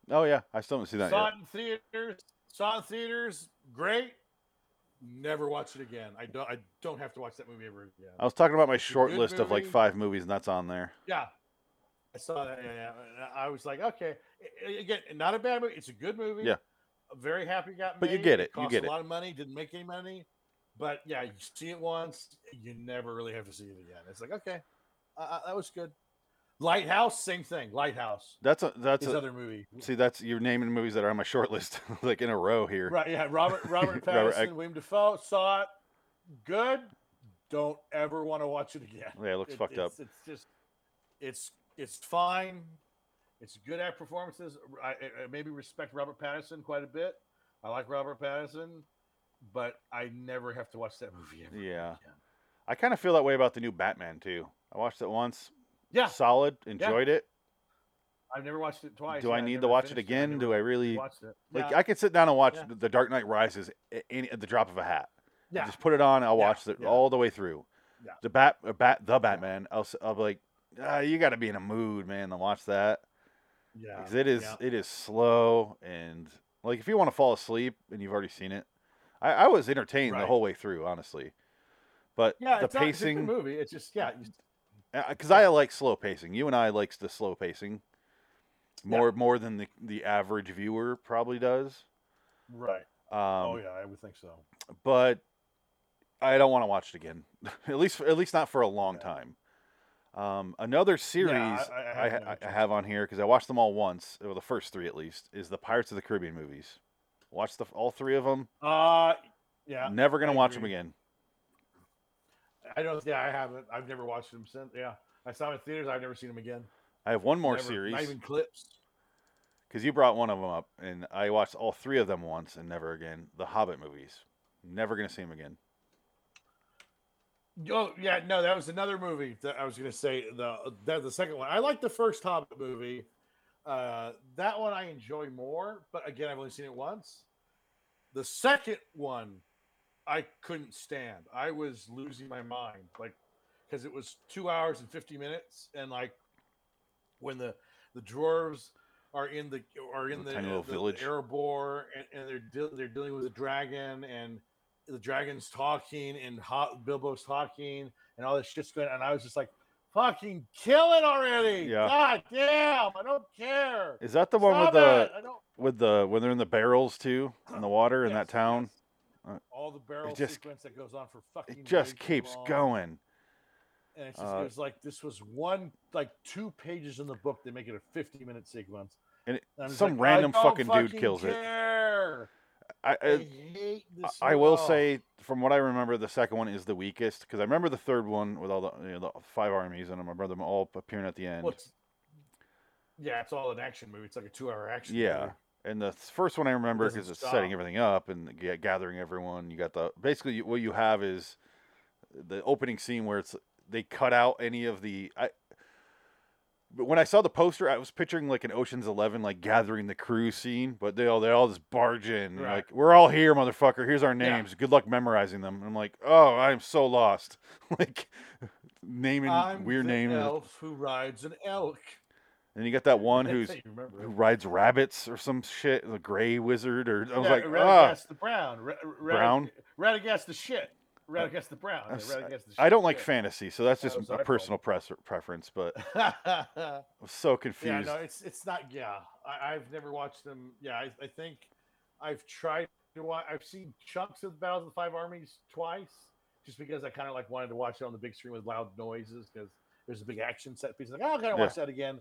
Speaker 2: Oh yeah, I still haven't seen that
Speaker 1: saw
Speaker 2: yet.
Speaker 1: it in theaters. Saw it in theaters. Great. Never watch it again. I don't. I don't have to watch that movie ever again.
Speaker 2: I was talking about my short
Speaker 1: good
Speaker 2: list of like
Speaker 1: movie.
Speaker 2: five movies, and that's on there.
Speaker 1: Yeah, I saw that. Yeah, yeah. and I I was like, okay, A- a- again, not a bad movie. It's a good movie.
Speaker 2: Yeah.
Speaker 1: I'm very happy it got
Speaker 2: But you
Speaker 1: made.
Speaker 2: get it, you
Speaker 1: cost
Speaker 2: get
Speaker 1: a
Speaker 2: it.
Speaker 1: lot of money. Didn't make any money. But yeah, you see it once, you never really have to see it again. It's like okay, uh, uh, that was good. Lighthouse, same thing. Lighthouse,
Speaker 2: That's a that's
Speaker 1: his
Speaker 2: a,
Speaker 1: other movie.
Speaker 2: see that's you're naming movies that are on my short list like in a row here.
Speaker 1: Right? Yeah, Robert Robert Pattinson,
Speaker 2: Robert, I-
Speaker 1: William Defoe saw it. Good. Don't ever want to watch it again.
Speaker 2: Yeah, it looks fucked
Speaker 1: it's, It's just, it's it's fine. It's good at performances. I, I I maybe respect Robert Pattinson quite a bit. I like Robert Pattinson, but I never have to watch that movie. Ever.
Speaker 2: Yeah.
Speaker 1: again.
Speaker 2: I kind of feel that way about the new Batman too. I watched it once.
Speaker 1: Yeah,
Speaker 2: Solid, enjoyed it.
Speaker 1: I've never watched it twice.
Speaker 2: Do I
Speaker 1: and
Speaker 2: need to
Speaker 1: never
Speaker 2: watch it
Speaker 1: finished
Speaker 2: again? Do I really
Speaker 1: watched it?
Speaker 2: like?
Speaker 1: yeah,
Speaker 2: I could sit down and watch
Speaker 1: Yeah.
Speaker 2: The Dark Knight Rises at, any, at the drop of a hat.
Speaker 1: yeah.
Speaker 2: Just put it on. I'll
Speaker 1: Yeah,
Speaker 2: watch it
Speaker 1: yeah.
Speaker 2: all the way through.
Speaker 1: Yeah.
Speaker 2: The bat, or bat, the Batman. I'll, s- I'll be like, ah, you got to be in a mood, man, to watch that.
Speaker 1: yeah,
Speaker 2: 'Cause it is,
Speaker 1: yeah.
Speaker 2: it is slow and like if you want to fall asleep and you've already seen it, I, I was entertained the
Speaker 1: Right.
Speaker 2: whole way through, honestly. But
Speaker 1: Yeah,
Speaker 2: the
Speaker 1: it's not- it's a good
Speaker 2: pacing,
Speaker 1: movie. It's just yeah, you-
Speaker 2: because Uh, I like slow pacing. You and I likes the slow pacing
Speaker 1: Yeah.
Speaker 2: more more than the the average viewer probably does.
Speaker 1: right.
Speaker 2: Um,
Speaker 1: oh yeah, I would think so.
Speaker 2: but I don't want to watch it again. at least, at least not for a long
Speaker 1: Yeah.
Speaker 2: time. Um, another series
Speaker 1: I- I
Speaker 2: I,
Speaker 1: have
Speaker 2: ha-
Speaker 1: no
Speaker 2: I,
Speaker 1: interest.
Speaker 2: have on here because I watched them all once, or the first three at least, is the Pirates of the Caribbean movies. Watched the, all three of them.
Speaker 1: Uh yeah,
Speaker 2: Never gonna
Speaker 1: I
Speaker 2: watch them
Speaker 1: agree.
Speaker 2: again.
Speaker 1: I don't. Yeah, I haven't. I've never watched them since. Yeah, I saw them in theaters. I've never seen them again.
Speaker 2: I have one more
Speaker 1: Never,
Speaker 2: series
Speaker 1: not
Speaker 2: because
Speaker 1: even clips.
Speaker 2: you brought one of them up, and I watched all three of them once and never again. The Hobbit movies. Never gonna see them again.
Speaker 1: Oh yeah, no, that was another movie that I was going to say the that, the second one. I like the first Hobbit movie. Uh, that one I enjoy more, but again, I've only seen it once. The second one, I couldn't stand. I was losing my mind, like because it was two hours and fifty minutes, and like when the the dwarves are in the are in
Speaker 2: The
Speaker 1: the,
Speaker 2: tiny little
Speaker 1: the-
Speaker 2: village.
Speaker 1: the Erebor, and, and they're deal they're dealing with a dragon, and the dragon's talking, and hot Bilbo's talking, and all this shit's going, and I was just like, "Fucking kill it already!
Speaker 2: Yeah.
Speaker 1: God damn, I don't care."
Speaker 2: Is that the one with uh,
Speaker 1: Stop
Speaker 2: the
Speaker 1: it! I don't
Speaker 2: with the when they're in the barrels too in the water in
Speaker 1: Yes,
Speaker 2: that town?
Speaker 1: yes.
Speaker 2: Uh,
Speaker 1: All the barrel
Speaker 2: just-
Speaker 1: sequence that goes on for fucking
Speaker 2: It just
Speaker 1: way too
Speaker 2: keeps
Speaker 1: long,
Speaker 2: going.
Speaker 1: And it's just,
Speaker 2: Uh,
Speaker 1: it was like this was one like two pages in the book. They make it a fifty minute sequence.
Speaker 2: And it-
Speaker 1: I'm just
Speaker 2: some
Speaker 1: like, I
Speaker 2: random
Speaker 1: don't
Speaker 2: fucking dude
Speaker 1: fucking
Speaker 2: kills it.
Speaker 1: care.
Speaker 2: I,
Speaker 1: I
Speaker 2: I,
Speaker 1: hate this.
Speaker 2: I will
Speaker 1: oh,
Speaker 2: say, from what I remember, the second one is the weakest because I remember the third one with all the, you know, the five armies and my brother all appearing at the end.
Speaker 1: well, it's- yeah, it's all an action movie. It's like a two hour action.
Speaker 2: yeah,
Speaker 1: movie.
Speaker 2: and the first one I remember
Speaker 1: doesn't
Speaker 2: because it's setting
Speaker 1: stop.
Speaker 2: everything up and g- gathering everyone. You got the basically you- what you have is the opening scene where it's they cut out any of the. I, but when I saw the poster, I was picturing like an Ocean's Eleven, like gathering the crew scene. But they all they all just barge in, and
Speaker 1: Right.
Speaker 2: like we're all here, motherfucker. Here's our
Speaker 1: Yeah.
Speaker 2: names. Good luck memorizing them. And I'm like, oh, I'm so lost. like naming
Speaker 1: I'm
Speaker 2: weird
Speaker 1: the
Speaker 2: names.
Speaker 1: elf who rides an elk.
Speaker 2: And you got that one
Speaker 1: That's
Speaker 2: who's
Speaker 1: how you remember
Speaker 2: who
Speaker 1: it.
Speaker 2: rides rabbits or some shit, the gray wizard, or I was
Speaker 1: Yeah,
Speaker 2: like, ah,
Speaker 1: Radagast the Brown. Ra- Ra-
Speaker 2: Brown?
Speaker 1: Radagast the shit. Radagast the Brown.
Speaker 2: I'm
Speaker 1: yeah,
Speaker 2: s-
Speaker 1: Radagast the
Speaker 2: I don't like
Speaker 1: shit.
Speaker 2: fantasy, so that's
Speaker 1: That
Speaker 2: just
Speaker 1: was
Speaker 2: a
Speaker 1: our
Speaker 2: personal pres- preference. But I was so
Speaker 1: yeah,
Speaker 2: confused.
Speaker 1: no, it's it's not. Yeah, I, I've never watched them. Yeah, I, I think I've tried to watch. I've seen chunks of Battles of the Five Armies twice, just because I kind of like wanted to watch it on the big screen with loud noises because there's a big action set piece. Like, oh, I gotta watch that again.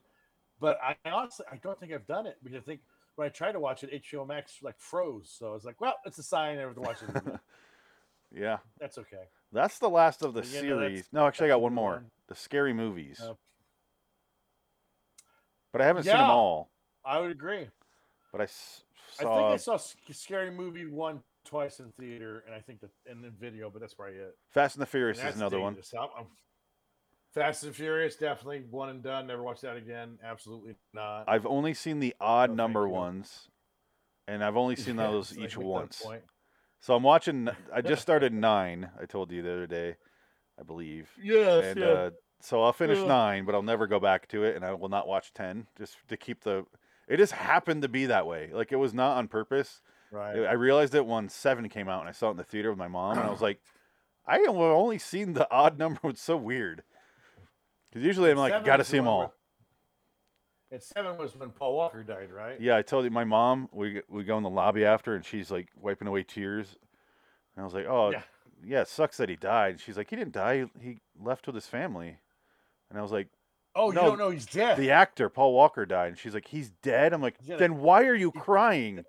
Speaker 1: But I honestly, I don't think I've done it because I think when I tried to watch it, HBO Max like froze. So I was like, well, it's a sign I have to watch it. again.
Speaker 2: yeah,
Speaker 1: That's okay.
Speaker 2: that's the last of the
Speaker 1: Yeah, no, that's-
Speaker 2: series. No, actually, I
Speaker 1: that's a
Speaker 2: got one
Speaker 1: good
Speaker 2: more:
Speaker 1: one.
Speaker 2: the scary movies.
Speaker 1: Oh.
Speaker 2: But I haven't seen them
Speaker 1: Yeah.
Speaker 2: all.
Speaker 1: I would agree.
Speaker 2: But I s-
Speaker 1: I think
Speaker 2: saw
Speaker 1: I saw Sc- Scary Movie one twice in theater, and I think that and then video, but that's probably it.
Speaker 2: Fast and the Furious
Speaker 1: And
Speaker 2: is
Speaker 1: that's
Speaker 2: another one.
Speaker 1: dangerous. I'm- I'm- Fast and Furious, definitely one and done. Never watch that again. Absolutely not.
Speaker 2: I've only seen the
Speaker 1: No,
Speaker 2: odd
Speaker 1: thank
Speaker 2: number
Speaker 1: you.
Speaker 2: ones, and I've only seen those
Speaker 1: It's like,
Speaker 2: each
Speaker 1: make that
Speaker 2: once.
Speaker 1: point.
Speaker 2: So I'm watching. I just started nine. I told you the other day, I believe.
Speaker 1: Yes,
Speaker 2: and
Speaker 1: yeah.
Speaker 2: uh, so I'll finish
Speaker 1: Yeah.
Speaker 2: nine, but I'll never go back to it, and I will not watch ten just to keep the. It just happened to be that way. Like it was not on purpose.
Speaker 1: right.
Speaker 2: I realized it when seven came out, and I saw it in the theater with my mom, and I was like, I have only seen the odd number. It's so weird. Because usually I'm like,
Speaker 1: Seven
Speaker 2: gotta
Speaker 1: was the
Speaker 2: see them
Speaker 1: one where-
Speaker 2: all.
Speaker 1: And seven was when Paul Walker died, right?
Speaker 2: Yeah, I told you, my mom. We we go in the lobby after, and she's like wiping away tears, and I was like, oh,
Speaker 1: Yeah.
Speaker 2: yeah, it sucks that he died. She's like, he didn't die. He left with his family. And I was like,
Speaker 1: Oh,
Speaker 2: No,
Speaker 1: you don't know he's dead.
Speaker 2: the actor Paul Walker died. And she's like, he's dead. I'm like,
Speaker 1: Yeah.
Speaker 2: then why are you crying?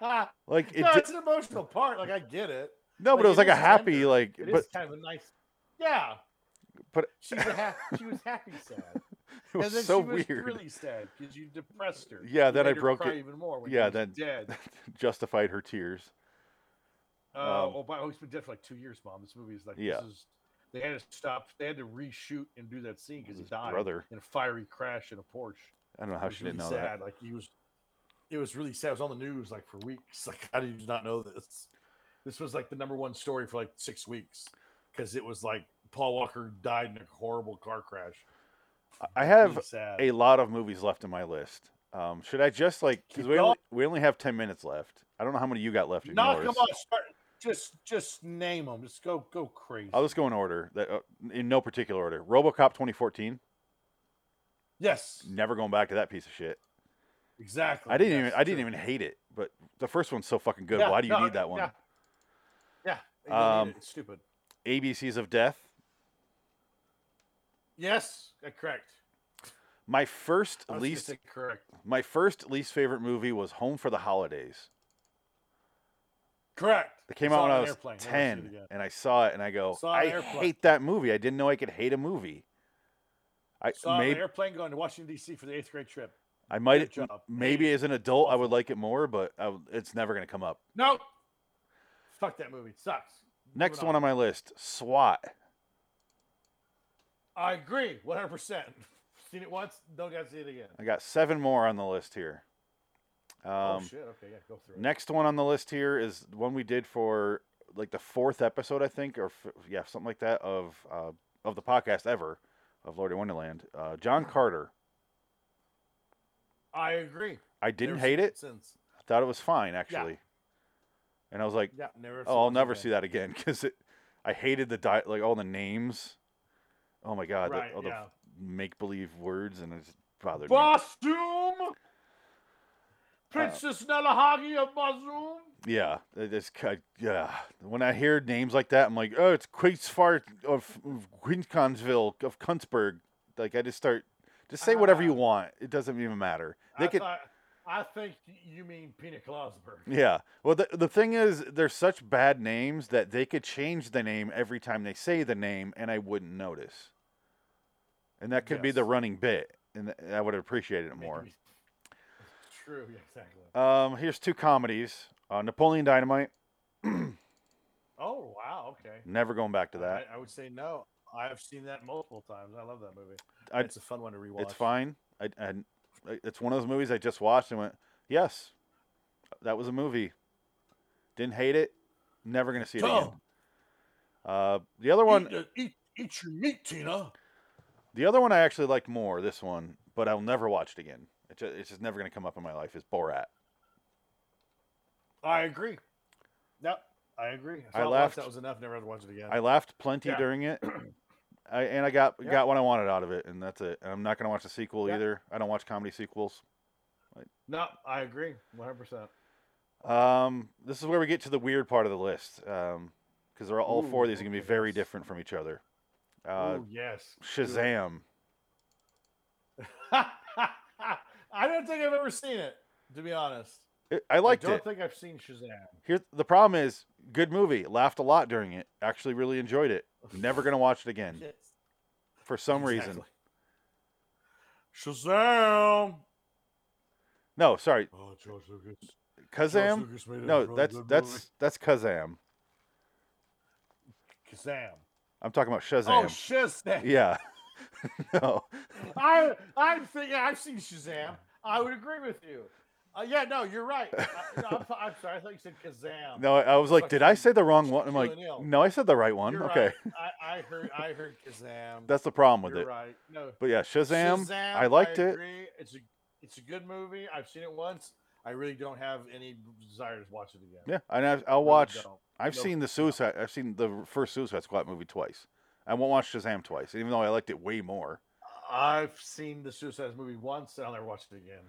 Speaker 1: no,
Speaker 2: Like it. di-
Speaker 1: it's an emotional part. Like I get it.
Speaker 2: no, but
Speaker 1: like,
Speaker 2: it was
Speaker 1: it
Speaker 2: like a
Speaker 1: is
Speaker 2: happy
Speaker 1: tender.
Speaker 2: like.
Speaker 1: It is
Speaker 2: but
Speaker 1: kind of a nice. Yeah.
Speaker 2: but-
Speaker 1: she was a ha- she was happy sad.
Speaker 2: it was
Speaker 1: and then
Speaker 2: so
Speaker 1: she was
Speaker 2: weird.
Speaker 1: really sad because you depressed her.
Speaker 2: Yeah,
Speaker 1: You
Speaker 2: then I
Speaker 1: made her
Speaker 2: broke
Speaker 1: cry
Speaker 2: it-
Speaker 1: even more. When
Speaker 2: yeah,
Speaker 1: she was
Speaker 2: then-
Speaker 1: dead.
Speaker 2: Justified her tears.
Speaker 1: Uh,
Speaker 2: Um,
Speaker 1: oh, by, oh, he's been dead for like two years, mom. This movie is like
Speaker 2: Yeah.
Speaker 1: this is. They had to stop. They had to reshoot and do that scene because he
Speaker 2: His
Speaker 1: died
Speaker 2: brother.
Speaker 1: in a fiery crash in a Porsche.
Speaker 2: I don't know
Speaker 1: It
Speaker 2: how
Speaker 1: was
Speaker 2: she didn't know
Speaker 1: really
Speaker 2: that.
Speaker 1: sad. Like he was, it was really sad. It was on the news like for weeks. Like how did you not know this? This was like the number one story for like six weeks because it was like Paul Walker died in a horrible car crash.
Speaker 2: I- I
Speaker 1: Really
Speaker 2: have
Speaker 1: sad.
Speaker 2: a lot of movies left in my list. Um, should I just like because
Speaker 1: Keep
Speaker 2: we
Speaker 1: going.
Speaker 2: only, we only have ten minutes left. I don't know how many you got left. in
Speaker 1: knock
Speaker 2: yours.
Speaker 1: them off. Start, just just name them. Just go go crazy.
Speaker 2: I'll just go in order. That uh, in no particular order. RoboCop 2014.
Speaker 1: yes,
Speaker 2: Never going back to that piece of shit.
Speaker 1: exactly.
Speaker 2: I didn't
Speaker 1: Oh, yes,
Speaker 2: even I didn't
Speaker 1: true.
Speaker 2: even hate it, but the first one's so fucking good.
Speaker 1: Yeah,
Speaker 2: Why do you
Speaker 1: no,
Speaker 2: need that one?
Speaker 1: Yeah. Yeah, you don't need
Speaker 2: Um,
Speaker 1: it, it's stupid.
Speaker 2: ABCs of Death.
Speaker 1: Yes, uh, correct.
Speaker 2: My first
Speaker 1: I was gonna
Speaker 2: least
Speaker 1: say correct.
Speaker 2: my first least favorite movie was Home for the Holidays.
Speaker 1: Correct.
Speaker 2: It came
Speaker 1: Saw
Speaker 2: out
Speaker 1: it
Speaker 2: when
Speaker 1: on
Speaker 2: I
Speaker 1: an
Speaker 2: was
Speaker 1: airplane, never seen it
Speaker 2: ten,
Speaker 1: again.
Speaker 2: and I saw it, and I go,
Speaker 1: Saw it on an
Speaker 2: I
Speaker 1: airplane.
Speaker 2: hate that movie. I didn't know I could hate a movie. I
Speaker 1: Saw it on an
Speaker 2: maybe
Speaker 1: airplane going to Washington D.C. for the eighth grade trip.
Speaker 2: I might
Speaker 1: good job.
Speaker 2: maybe as an adult I would like it more, but I, w- it's never gonna come up.
Speaker 1: No. Fuck that movie. It sucks. Moving
Speaker 2: Next one on my list, SWAT.
Speaker 1: I agree, one hundred percent. Seen it once, don't got to see it again.
Speaker 2: I got seven more on the list here. Um,
Speaker 1: oh shit! Okay, yeah, go through it.
Speaker 2: Next one on the list here is one we did for like the fourth episode, I think, or f- yeah, something like that of uh, of the podcast ever of Lord of Wonderland. Uh, John Carter.
Speaker 1: I agree.
Speaker 2: I didn't
Speaker 1: Never
Speaker 2: hate
Speaker 1: seen
Speaker 2: it.
Speaker 1: since.
Speaker 2: I thought it was fine actually, and I was like,
Speaker 1: Yeah, never.
Speaker 2: oh, I'll never see that again because it. I hated the di- like all the names. Oh my god,
Speaker 1: Right,
Speaker 2: the, all
Speaker 1: yeah.
Speaker 2: the make believe words and it just bothered
Speaker 1: Basum,
Speaker 2: Uh,
Speaker 1: Princess Nalahagi of Basum.
Speaker 2: me. Yeah, it just ki- yeah. When I hear names like that, I'm like, oh, it's Queensfart of of Quinconsville of Kuntzberg. Like I just start, just say whatever you
Speaker 1: Ah.
Speaker 2: want. It doesn't even matter. They
Speaker 1: I,
Speaker 2: could,
Speaker 1: thought, I think you mean Pina Colosberg.
Speaker 2: Yeah. Well, the, the thing is, they're such bad names that they could change the name every time they say the name, and I wouldn't notice. And that could be the
Speaker 1: Yes.
Speaker 2: running bit, and th- I would appreciate it
Speaker 1: Make
Speaker 2: more.
Speaker 1: me- True, yeah, exactly.
Speaker 2: Um, here's two comedies: uh, Napoleon Dynamite.
Speaker 1: Oh wow, okay.
Speaker 2: Never going back to that.
Speaker 1: I, I would say no. I've seen that multiple times. I love that movie.
Speaker 2: I-
Speaker 1: it's a fun one to rewatch.
Speaker 2: It's fine. I, I, I- it's one of those movies I just watched and went, "Yes, that was a movie." Didn't hate it. Never gonna see it again.
Speaker 1: Tom.
Speaker 2: Uh, the other one,
Speaker 1: Eat, uh, eat, eat your meat, Tina.
Speaker 2: The other one I actually liked more, this one, but I'll never watch it again. It ju- it's just never going to come up in my life, is Borat.
Speaker 1: I agree. Yep, I agree.
Speaker 2: I
Speaker 1: I, thought
Speaker 2: laughed.
Speaker 1: That was enough. Never had to watch it again.
Speaker 2: I laughed plenty
Speaker 1: Yeah.
Speaker 2: during it, I, and I got
Speaker 1: Yeah.
Speaker 2: got what I wanted out of it, and that's it. And I'm not going to watch the sequel
Speaker 1: Yeah.
Speaker 2: either. I don't watch comedy sequels.
Speaker 1: no, I agree. One hundred percent.
Speaker 2: Um, this is where we get to the weird part of the list, because they're all four of
Speaker 1: Ooh,
Speaker 2: these are going to be
Speaker 1: okay,
Speaker 2: very
Speaker 1: yes.
Speaker 2: different from each other. Uh,
Speaker 1: Ooh, yes. do it.
Speaker 2: Shazam.
Speaker 1: I don't think I've ever seen it. To be honest,
Speaker 2: It- I liked
Speaker 1: I don't
Speaker 2: it.
Speaker 1: think I've seen Shazam.
Speaker 2: Here, the problem is, good movie. Laughed a lot during it. Actually, really enjoyed it. Never going to watch it again
Speaker 1: Yes.
Speaker 2: for some reason.
Speaker 1: Shazam!
Speaker 2: No, sorry,
Speaker 1: Oh, George Lucas.
Speaker 2: Kazam.
Speaker 1: George Lucas made a
Speaker 2: No,
Speaker 1: really
Speaker 2: that's
Speaker 1: good
Speaker 2: that's
Speaker 1: movie.
Speaker 2: that's Kazam.
Speaker 1: Kazam.
Speaker 2: I'm talking about Shazam.
Speaker 1: Oh, Shazam!
Speaker 2: yeah. no.
Speaker 1: I I think yeah, I've seen Shazam. I would agree with you. Uh, yeah, no, you're right. I, no, I'm, so- I'm sorry. I thought you said Kazam.
Speaker 2: No, I, I was like, did I say the wrong one? I'm like,
Speaker 1: Shaquille O'Neal.
Speaker 2: no, I said the right one.
Speaker 1: You're
Speaker 2: okay.
Speaker 1: right. I, I heard I heard Kazam.
Speaker 2: That's the problem with
Speaker 1: you're
Speaker 2: it.
Speaker 1: right. No,
Speaker 2: But yeah, Shazam,
Speaker 1: Shazam,
Speaker 2: I liked it.
Speaker 1: agree. It's a it's a good movie. I've seen it once. I really don't have any desire to watch it again.
Speaker 2: Yeah, and I've, I'll
Speaker 1: Really
Speaker 2: watch.
Speaker 1: don't.
Speaker 2: I've
Speaker 1: No,
Speaker 2: seen the Suicide. I've seen the first Suicide Squad movie twice. I won't watch Shazam twice, even though I liked it way more.
Speaker 1: I've seen the Suicide movie once, and I'll never watch it again.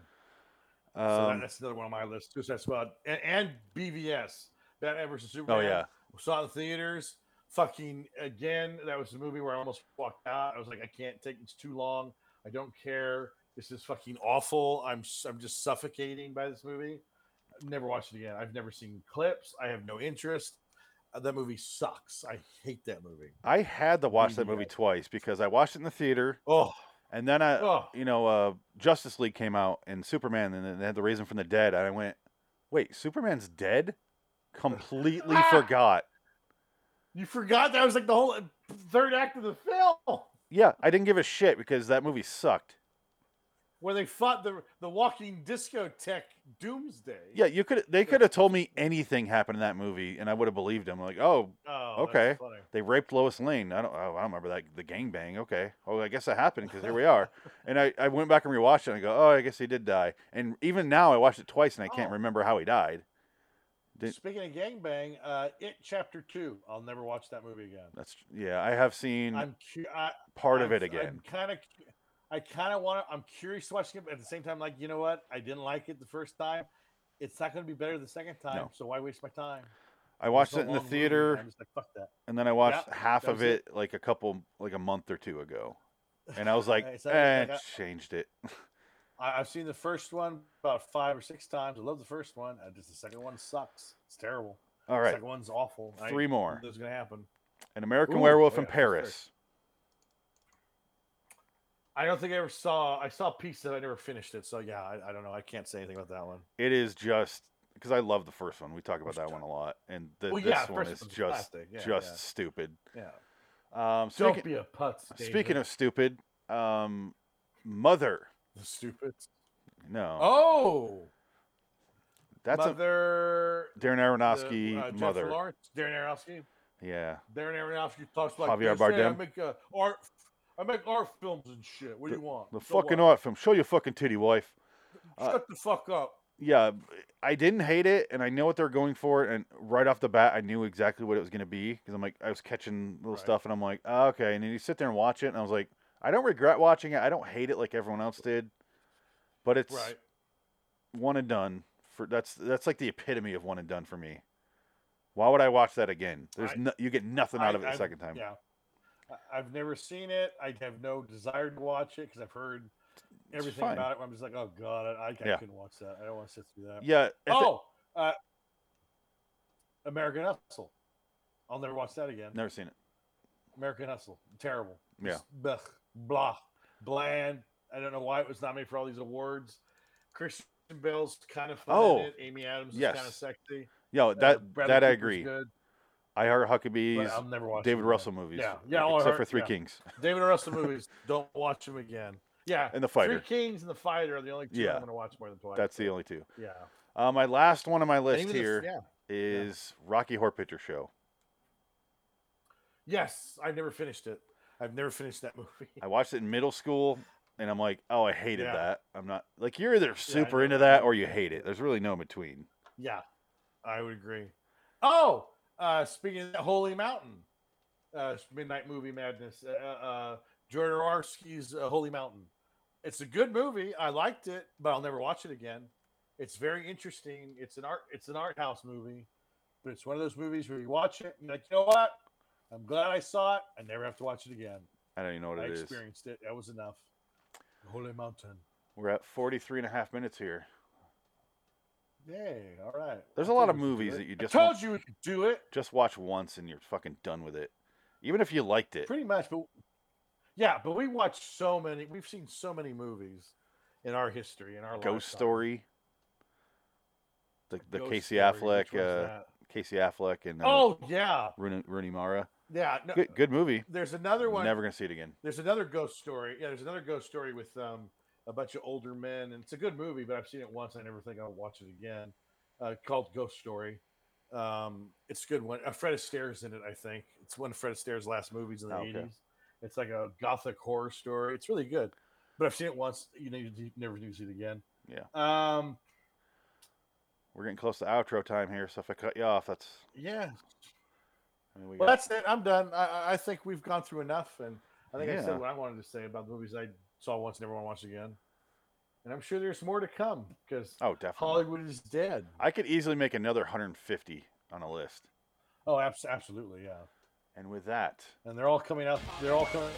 Speaker 1: so that,
Speaker 2: Um,
Speaker 1: that's another one on my list. Suicide Squad and, and BVS. That Everson
Speaker 2: oh
Speaker 1: Superman.
Speaker 2: yeah,
Speaker 1: Saw it in theaters. Fucking again, that was the movie where I almost walked out. I was like, I can't take it's too long. I don't care. This is fucking awful. I'm s- I'm just suffocating by this movie. I've never watched it again. I've never seen clips. I have no interest. Uh, that movie sucks. I hate that movie.
Speaker 2: I had to watch that
Speaker 1: Movie,
Speaker 2: movie twice because I watched it in the theater,
Speaker 1: Oh,
Speaker 2: and then I,
Speaker 1: oh,
Speaker 2: you know, uh, Justice League came out and Superman, and then they had the Raising from the Dead, and I went, "Wait, Superman's dead?" Completely forgot.
Speaker 1: you forgot that was like the whole third act of the film.
Speaker 2: Yeah, I didn't give a shit because that movie sucked.
Speaker 1: where they fought the the walking discotheque Doomsday.
Speaker 2: Yeah, you could. They could have told me anything happened in that movie, and I would have believed them. Like, oh,
Speaker 1: Oh, that's
Speaker 2: Okay.
Speaker 1: funny.
Speaker 2: they raped Lois Lane. I don't. Oh, I don't remember that. The gangbang. Okay. Oh, I guess that happened because here we are. and I, I went back and rewatched it and I go, oh, I guess he did die. And even now, I watched it twice and I can't
Speaker 1: Oh.
Speaker 2: remember how he died. Did-
Speaker 1: Speaking of gangbang, uh, it chapter two. I'll never watch that movie again.
Speaker 2: That's yeah. I have seen
Speaker 1: I'm cu- I,
Speaker 2: Mm. part of
Speaker 1: I'm-
Speaker 2: it again.
Speaker 1: I'm kind of, I kind of want to. I'm curious to watch it, but at the same time, like you know what? I didn't like it the first time. It's not going to be better the second time.
Speaker 2: No.
Speaker 1: So why waste my time?
Speaker 2: I watched
Speaker 1: so
Speaker 2: it in the
Speaker 1: long movie,
Speaker 2: theater
Speaker 1: I'm just like fuck that.
Speaker 2: and then I watched half
Speaker 1: that
Speaker 2: of
Speaker 1: was
Speaker 2: it,
Speaker 1: it.
Speaker 2: like a couple, like a month or two ago, and I was like,
Speaker 1: It's like-
Speaker 2: eh,
Speaker 1: like I-
Speaker 2: changed it.
Speaker 1: I, I've seen the first one about five or six times. I love the first one. I just the second one sucks. It's terrible.
Speaker 2: All right,
Speaker 1: Second one's awful. I-
Speaker 2: three more.
Speaker 1: That's going to happen.
Speaker 2: An American
Speaker 1: Ooh, oh,
Speaker 2: Werewolf
Speaker 1: yeah,
Speaker 2: in
Speaker 1: that's fair.
Speaker 2: Paris.
Speaker 1: I don't think I ever saw. I saw a piece that I never finished it. So yeah, I, I don't know. I can't say anything about that one.
Speaker 2: It is just because I love the first one. We talk about
Speaker 1: Which
Speaker 2: that
Speaker 1: time?
Speaker 2: one a lot, and th-
Speaker 1: well,
Speaker 2: this
Speaker 1: yeah,
Speaker 2: one
Speaker 1: first
Speaker 2: is
Speaker 1: one's
Speaker 2: just
Speaker 1: plastic, yeah,
Speaker 2: just stupid.
Speaker 1: Yeah. yeah.
Speaker 2: Um,
Speaker 1: Don't
Speaker 2: speaking,
Speaker 1: be a putz. David.
Speaker 2: speaking of stupid, um, Mother.
Speaker 1: the stupid.
Speaker 2: No,
Speaker 1: Oh,
Speaker 2: that's
Speaker 1: mother.
Speaker 2: a Darren Aronofsky
Speaker 1: the, uh, Jennifer
Speaker 2: Mother.
Speaker 1: Lawrence, Darren Aronofsky.
Speaker 2: Yeah,
Speaker 1: Darren Aronofsky talks like
Speaker 2: Javier
Speaker 1: this, "Hey, I
Speaker 2: Bardem.
Speaker 1: make uh, art. I make art films and shit. What do you want?
Speaker 2: the
Speaker 1: So
Speaker 2: fucking
Speaker 1: what?
Speaker 2: art film. Show your fucking titty, wife. uh,
Speaker 1: Shut the fuck up.
Speaker 2: yeah, b- I didn't hate it, and I know what they're going for. And right off the bat, I knew exactly what it was going to be because I'm like, I was catching little
Speaker 1: Right.
Speaker 2: stuff, and I'm like, "Ah, okay. And then you sit there and watch it, and I was like, I don't regret watching it. I don't hate it like everyone else did, but it's
Speaker 1: Right.
Speaker 2: one and done. For that's that's like the epitome of one and done for me. Why would I watch that again? There's
Speaker 1: I-
Speaker 2: no, you get nothing out
Speaker 1: I-
Speaker 2: of it the
Speaker 1: I've-
Speaker 2: second time.
Speaker 1: Yeah. I- I've never seen it. I have no desire to watch it because I've heard everything
Speaker 2: fine.
Speaker 1: about it. I'm just like, oh god, I, I,
Speaker 2: Yeah.
Speaker 1: couldn't watch that. I don't want to sit through that.
Speaker 2: Yeah, if it-
Speaker 1: oh, uh, American Hustle. I'll never watch that again.
Speaker 2: never seen it.
Speaker 1: American Hustle, terrible.
Speaker 2: Yeah.
Speaker 1: Just blech, blah, bland. I don't know why it was nominated for all these awards. Christian Bale's kind of fun. in
Speaker 2: Oh,
Speaker 1: it. Amy Adams is kind
Speaker 2: yes.
Speaker 1: of sexy.
Speaker 2: Yeah,
Speaker 1: Uh,
Speaker 2: that
Speaker 1: Bradley
Speaker 2: that I
Speaker 1: Cooper's
Speaker 2: agree.
Speaker 1: Good,
Speaker 2: I heard
Speaker 1: but
Speaker 2: Huckabee's
Speaker 1: I'll never watch it
Speaker 2: David
Speaker 1: again.
Speaker 2: Russell movies.
Speaker 1: Yeah, yeah, all I heard-
Speaker 2: except for Three
Speaker 1: yeah.
Speaker 2: Kings.
Speaker 1: David Russell movies. Don't watch them again. Yeah,
Speaker 2: And The Fighter.
Speaker 1: Three Kings and The Fighter are the only two
Speaker 2: Yeah.
Speaker 1: I'm going to watch more than twice.
Speaker 2: That's the only two.
Speaker 1: yeah.
Speaker 2: Uh, my last one on my
Speaker 1: And
Speaker 2: list
Speaker 1: even the-
Speaker 2: here is
Speaker 1: yeah.
Speaker 2: Rocky Horror Picture Show.
Speaker 1: Yes, I never finished it. I've never finished that movie.
Speaker 2: I watched it in middle school, and I'm like, oh, I hated
Speaker 1: Yeah.
Speaker 2: that. I'm not like you're either super
Speaker 1: know
Speaker 2: into
Speaker 1: that.
Speaker 2: that or you hate it. There's really no in between.
Speaker 1: Yeah, I would agree. Oh, uh, speaking of that, Holy Mountain, uh, Midnight Movie Madness, uh, uh, Jodorowsky's uh, Holy Mountain. It's a good movie. I liked it, but I'll never watch it again. It's very interesting. It's an art. It's an art house movie, but it's one of those movies where you watch it and you're like, you know what? I'm glad I saw it. I never have to watch it again.
Speaker 2: I don't even know what
Speaker 1: I
Speaker 2: it is.
Speaker 1: experienced it. That was enough. Holy Mountain.
Speaker 2: We're at 43 and a half minutes here.
Speaker 1: Yay! All right.
Speaker 2: There's
Speaker 1: I
Speaker 2: a lot
Speaker 1: told
Speaker 2: of
Speaker 1: we could do
Speaker 2: movies
Speaker 1: it.
Speaker 2: that you just
Speaker 1: I
Speaker 2: won't-
Speaker 1: told you we could do it.
Speaker 2: Just watch once and you're fucking done with it. Even if you liked it.
Speaker 1: pretty much but yeah but we watch so many we've seen so many movies in our history in our
Speaker 2: Ghost
Speaker 1: lifetime.
Speaker 2: Story. The, the
Speaker 1: Ghost
Speaker 2: Casey
Speaker 1: Story,
Speaker 2: Affleck,
Speaker 1: which one's
Speaker 2: uh,
Speaker 1: that?
Speaker 2: Casey Affleck and uh,
Speaker 1: oh yeah
Speaker 2: Rooney, Rooney Mara.
Speaker 1: yeah no,
Speaker 2: Good, good movie.
Speaker 1: there's another one
Speaker 2: Never gonna see it again.
Speaker 1: there's another ghost story yeah there's another ghost story with um a bunch of older men and it's a good movie but i've seen it once i never think i'll watch it again uh called ghost story um it's a good one uh, fred astaire's in it i think it's one of fred astaire's last movies in the
Speaker 2: Oh, okay.
Speaker 1: 80s it's like a gothic horror story it's really good but i've seen it once you know you d- never do see it again
Speaker 2: Yeah.
Speaker 1: um
Speaker 2: We're getting close to outro time here, so if I cut you off, that's.
Speaker 1: yeah
Speaker 2: I mean, we
Speaker 1: well
Speaker 2: got,
Speaker 1: that's it i'm done i I- i think we've gone through enough and i think i
Speaker 2: Yeah.
Speaker 1: said what i wanted to say about the movies i saw once and never want to watch again and i'm sure there's more to come because
Speaker 2: oh, definitely.
Speaker 1: Hollywood is dead.
Speaker 2: I could easily make another 150 on a list.
Speaker 1: Oh, abs- absolutely, yeah.
Speaker 2: And with that,
Speaker 1: And they're all coming out. They're all coming.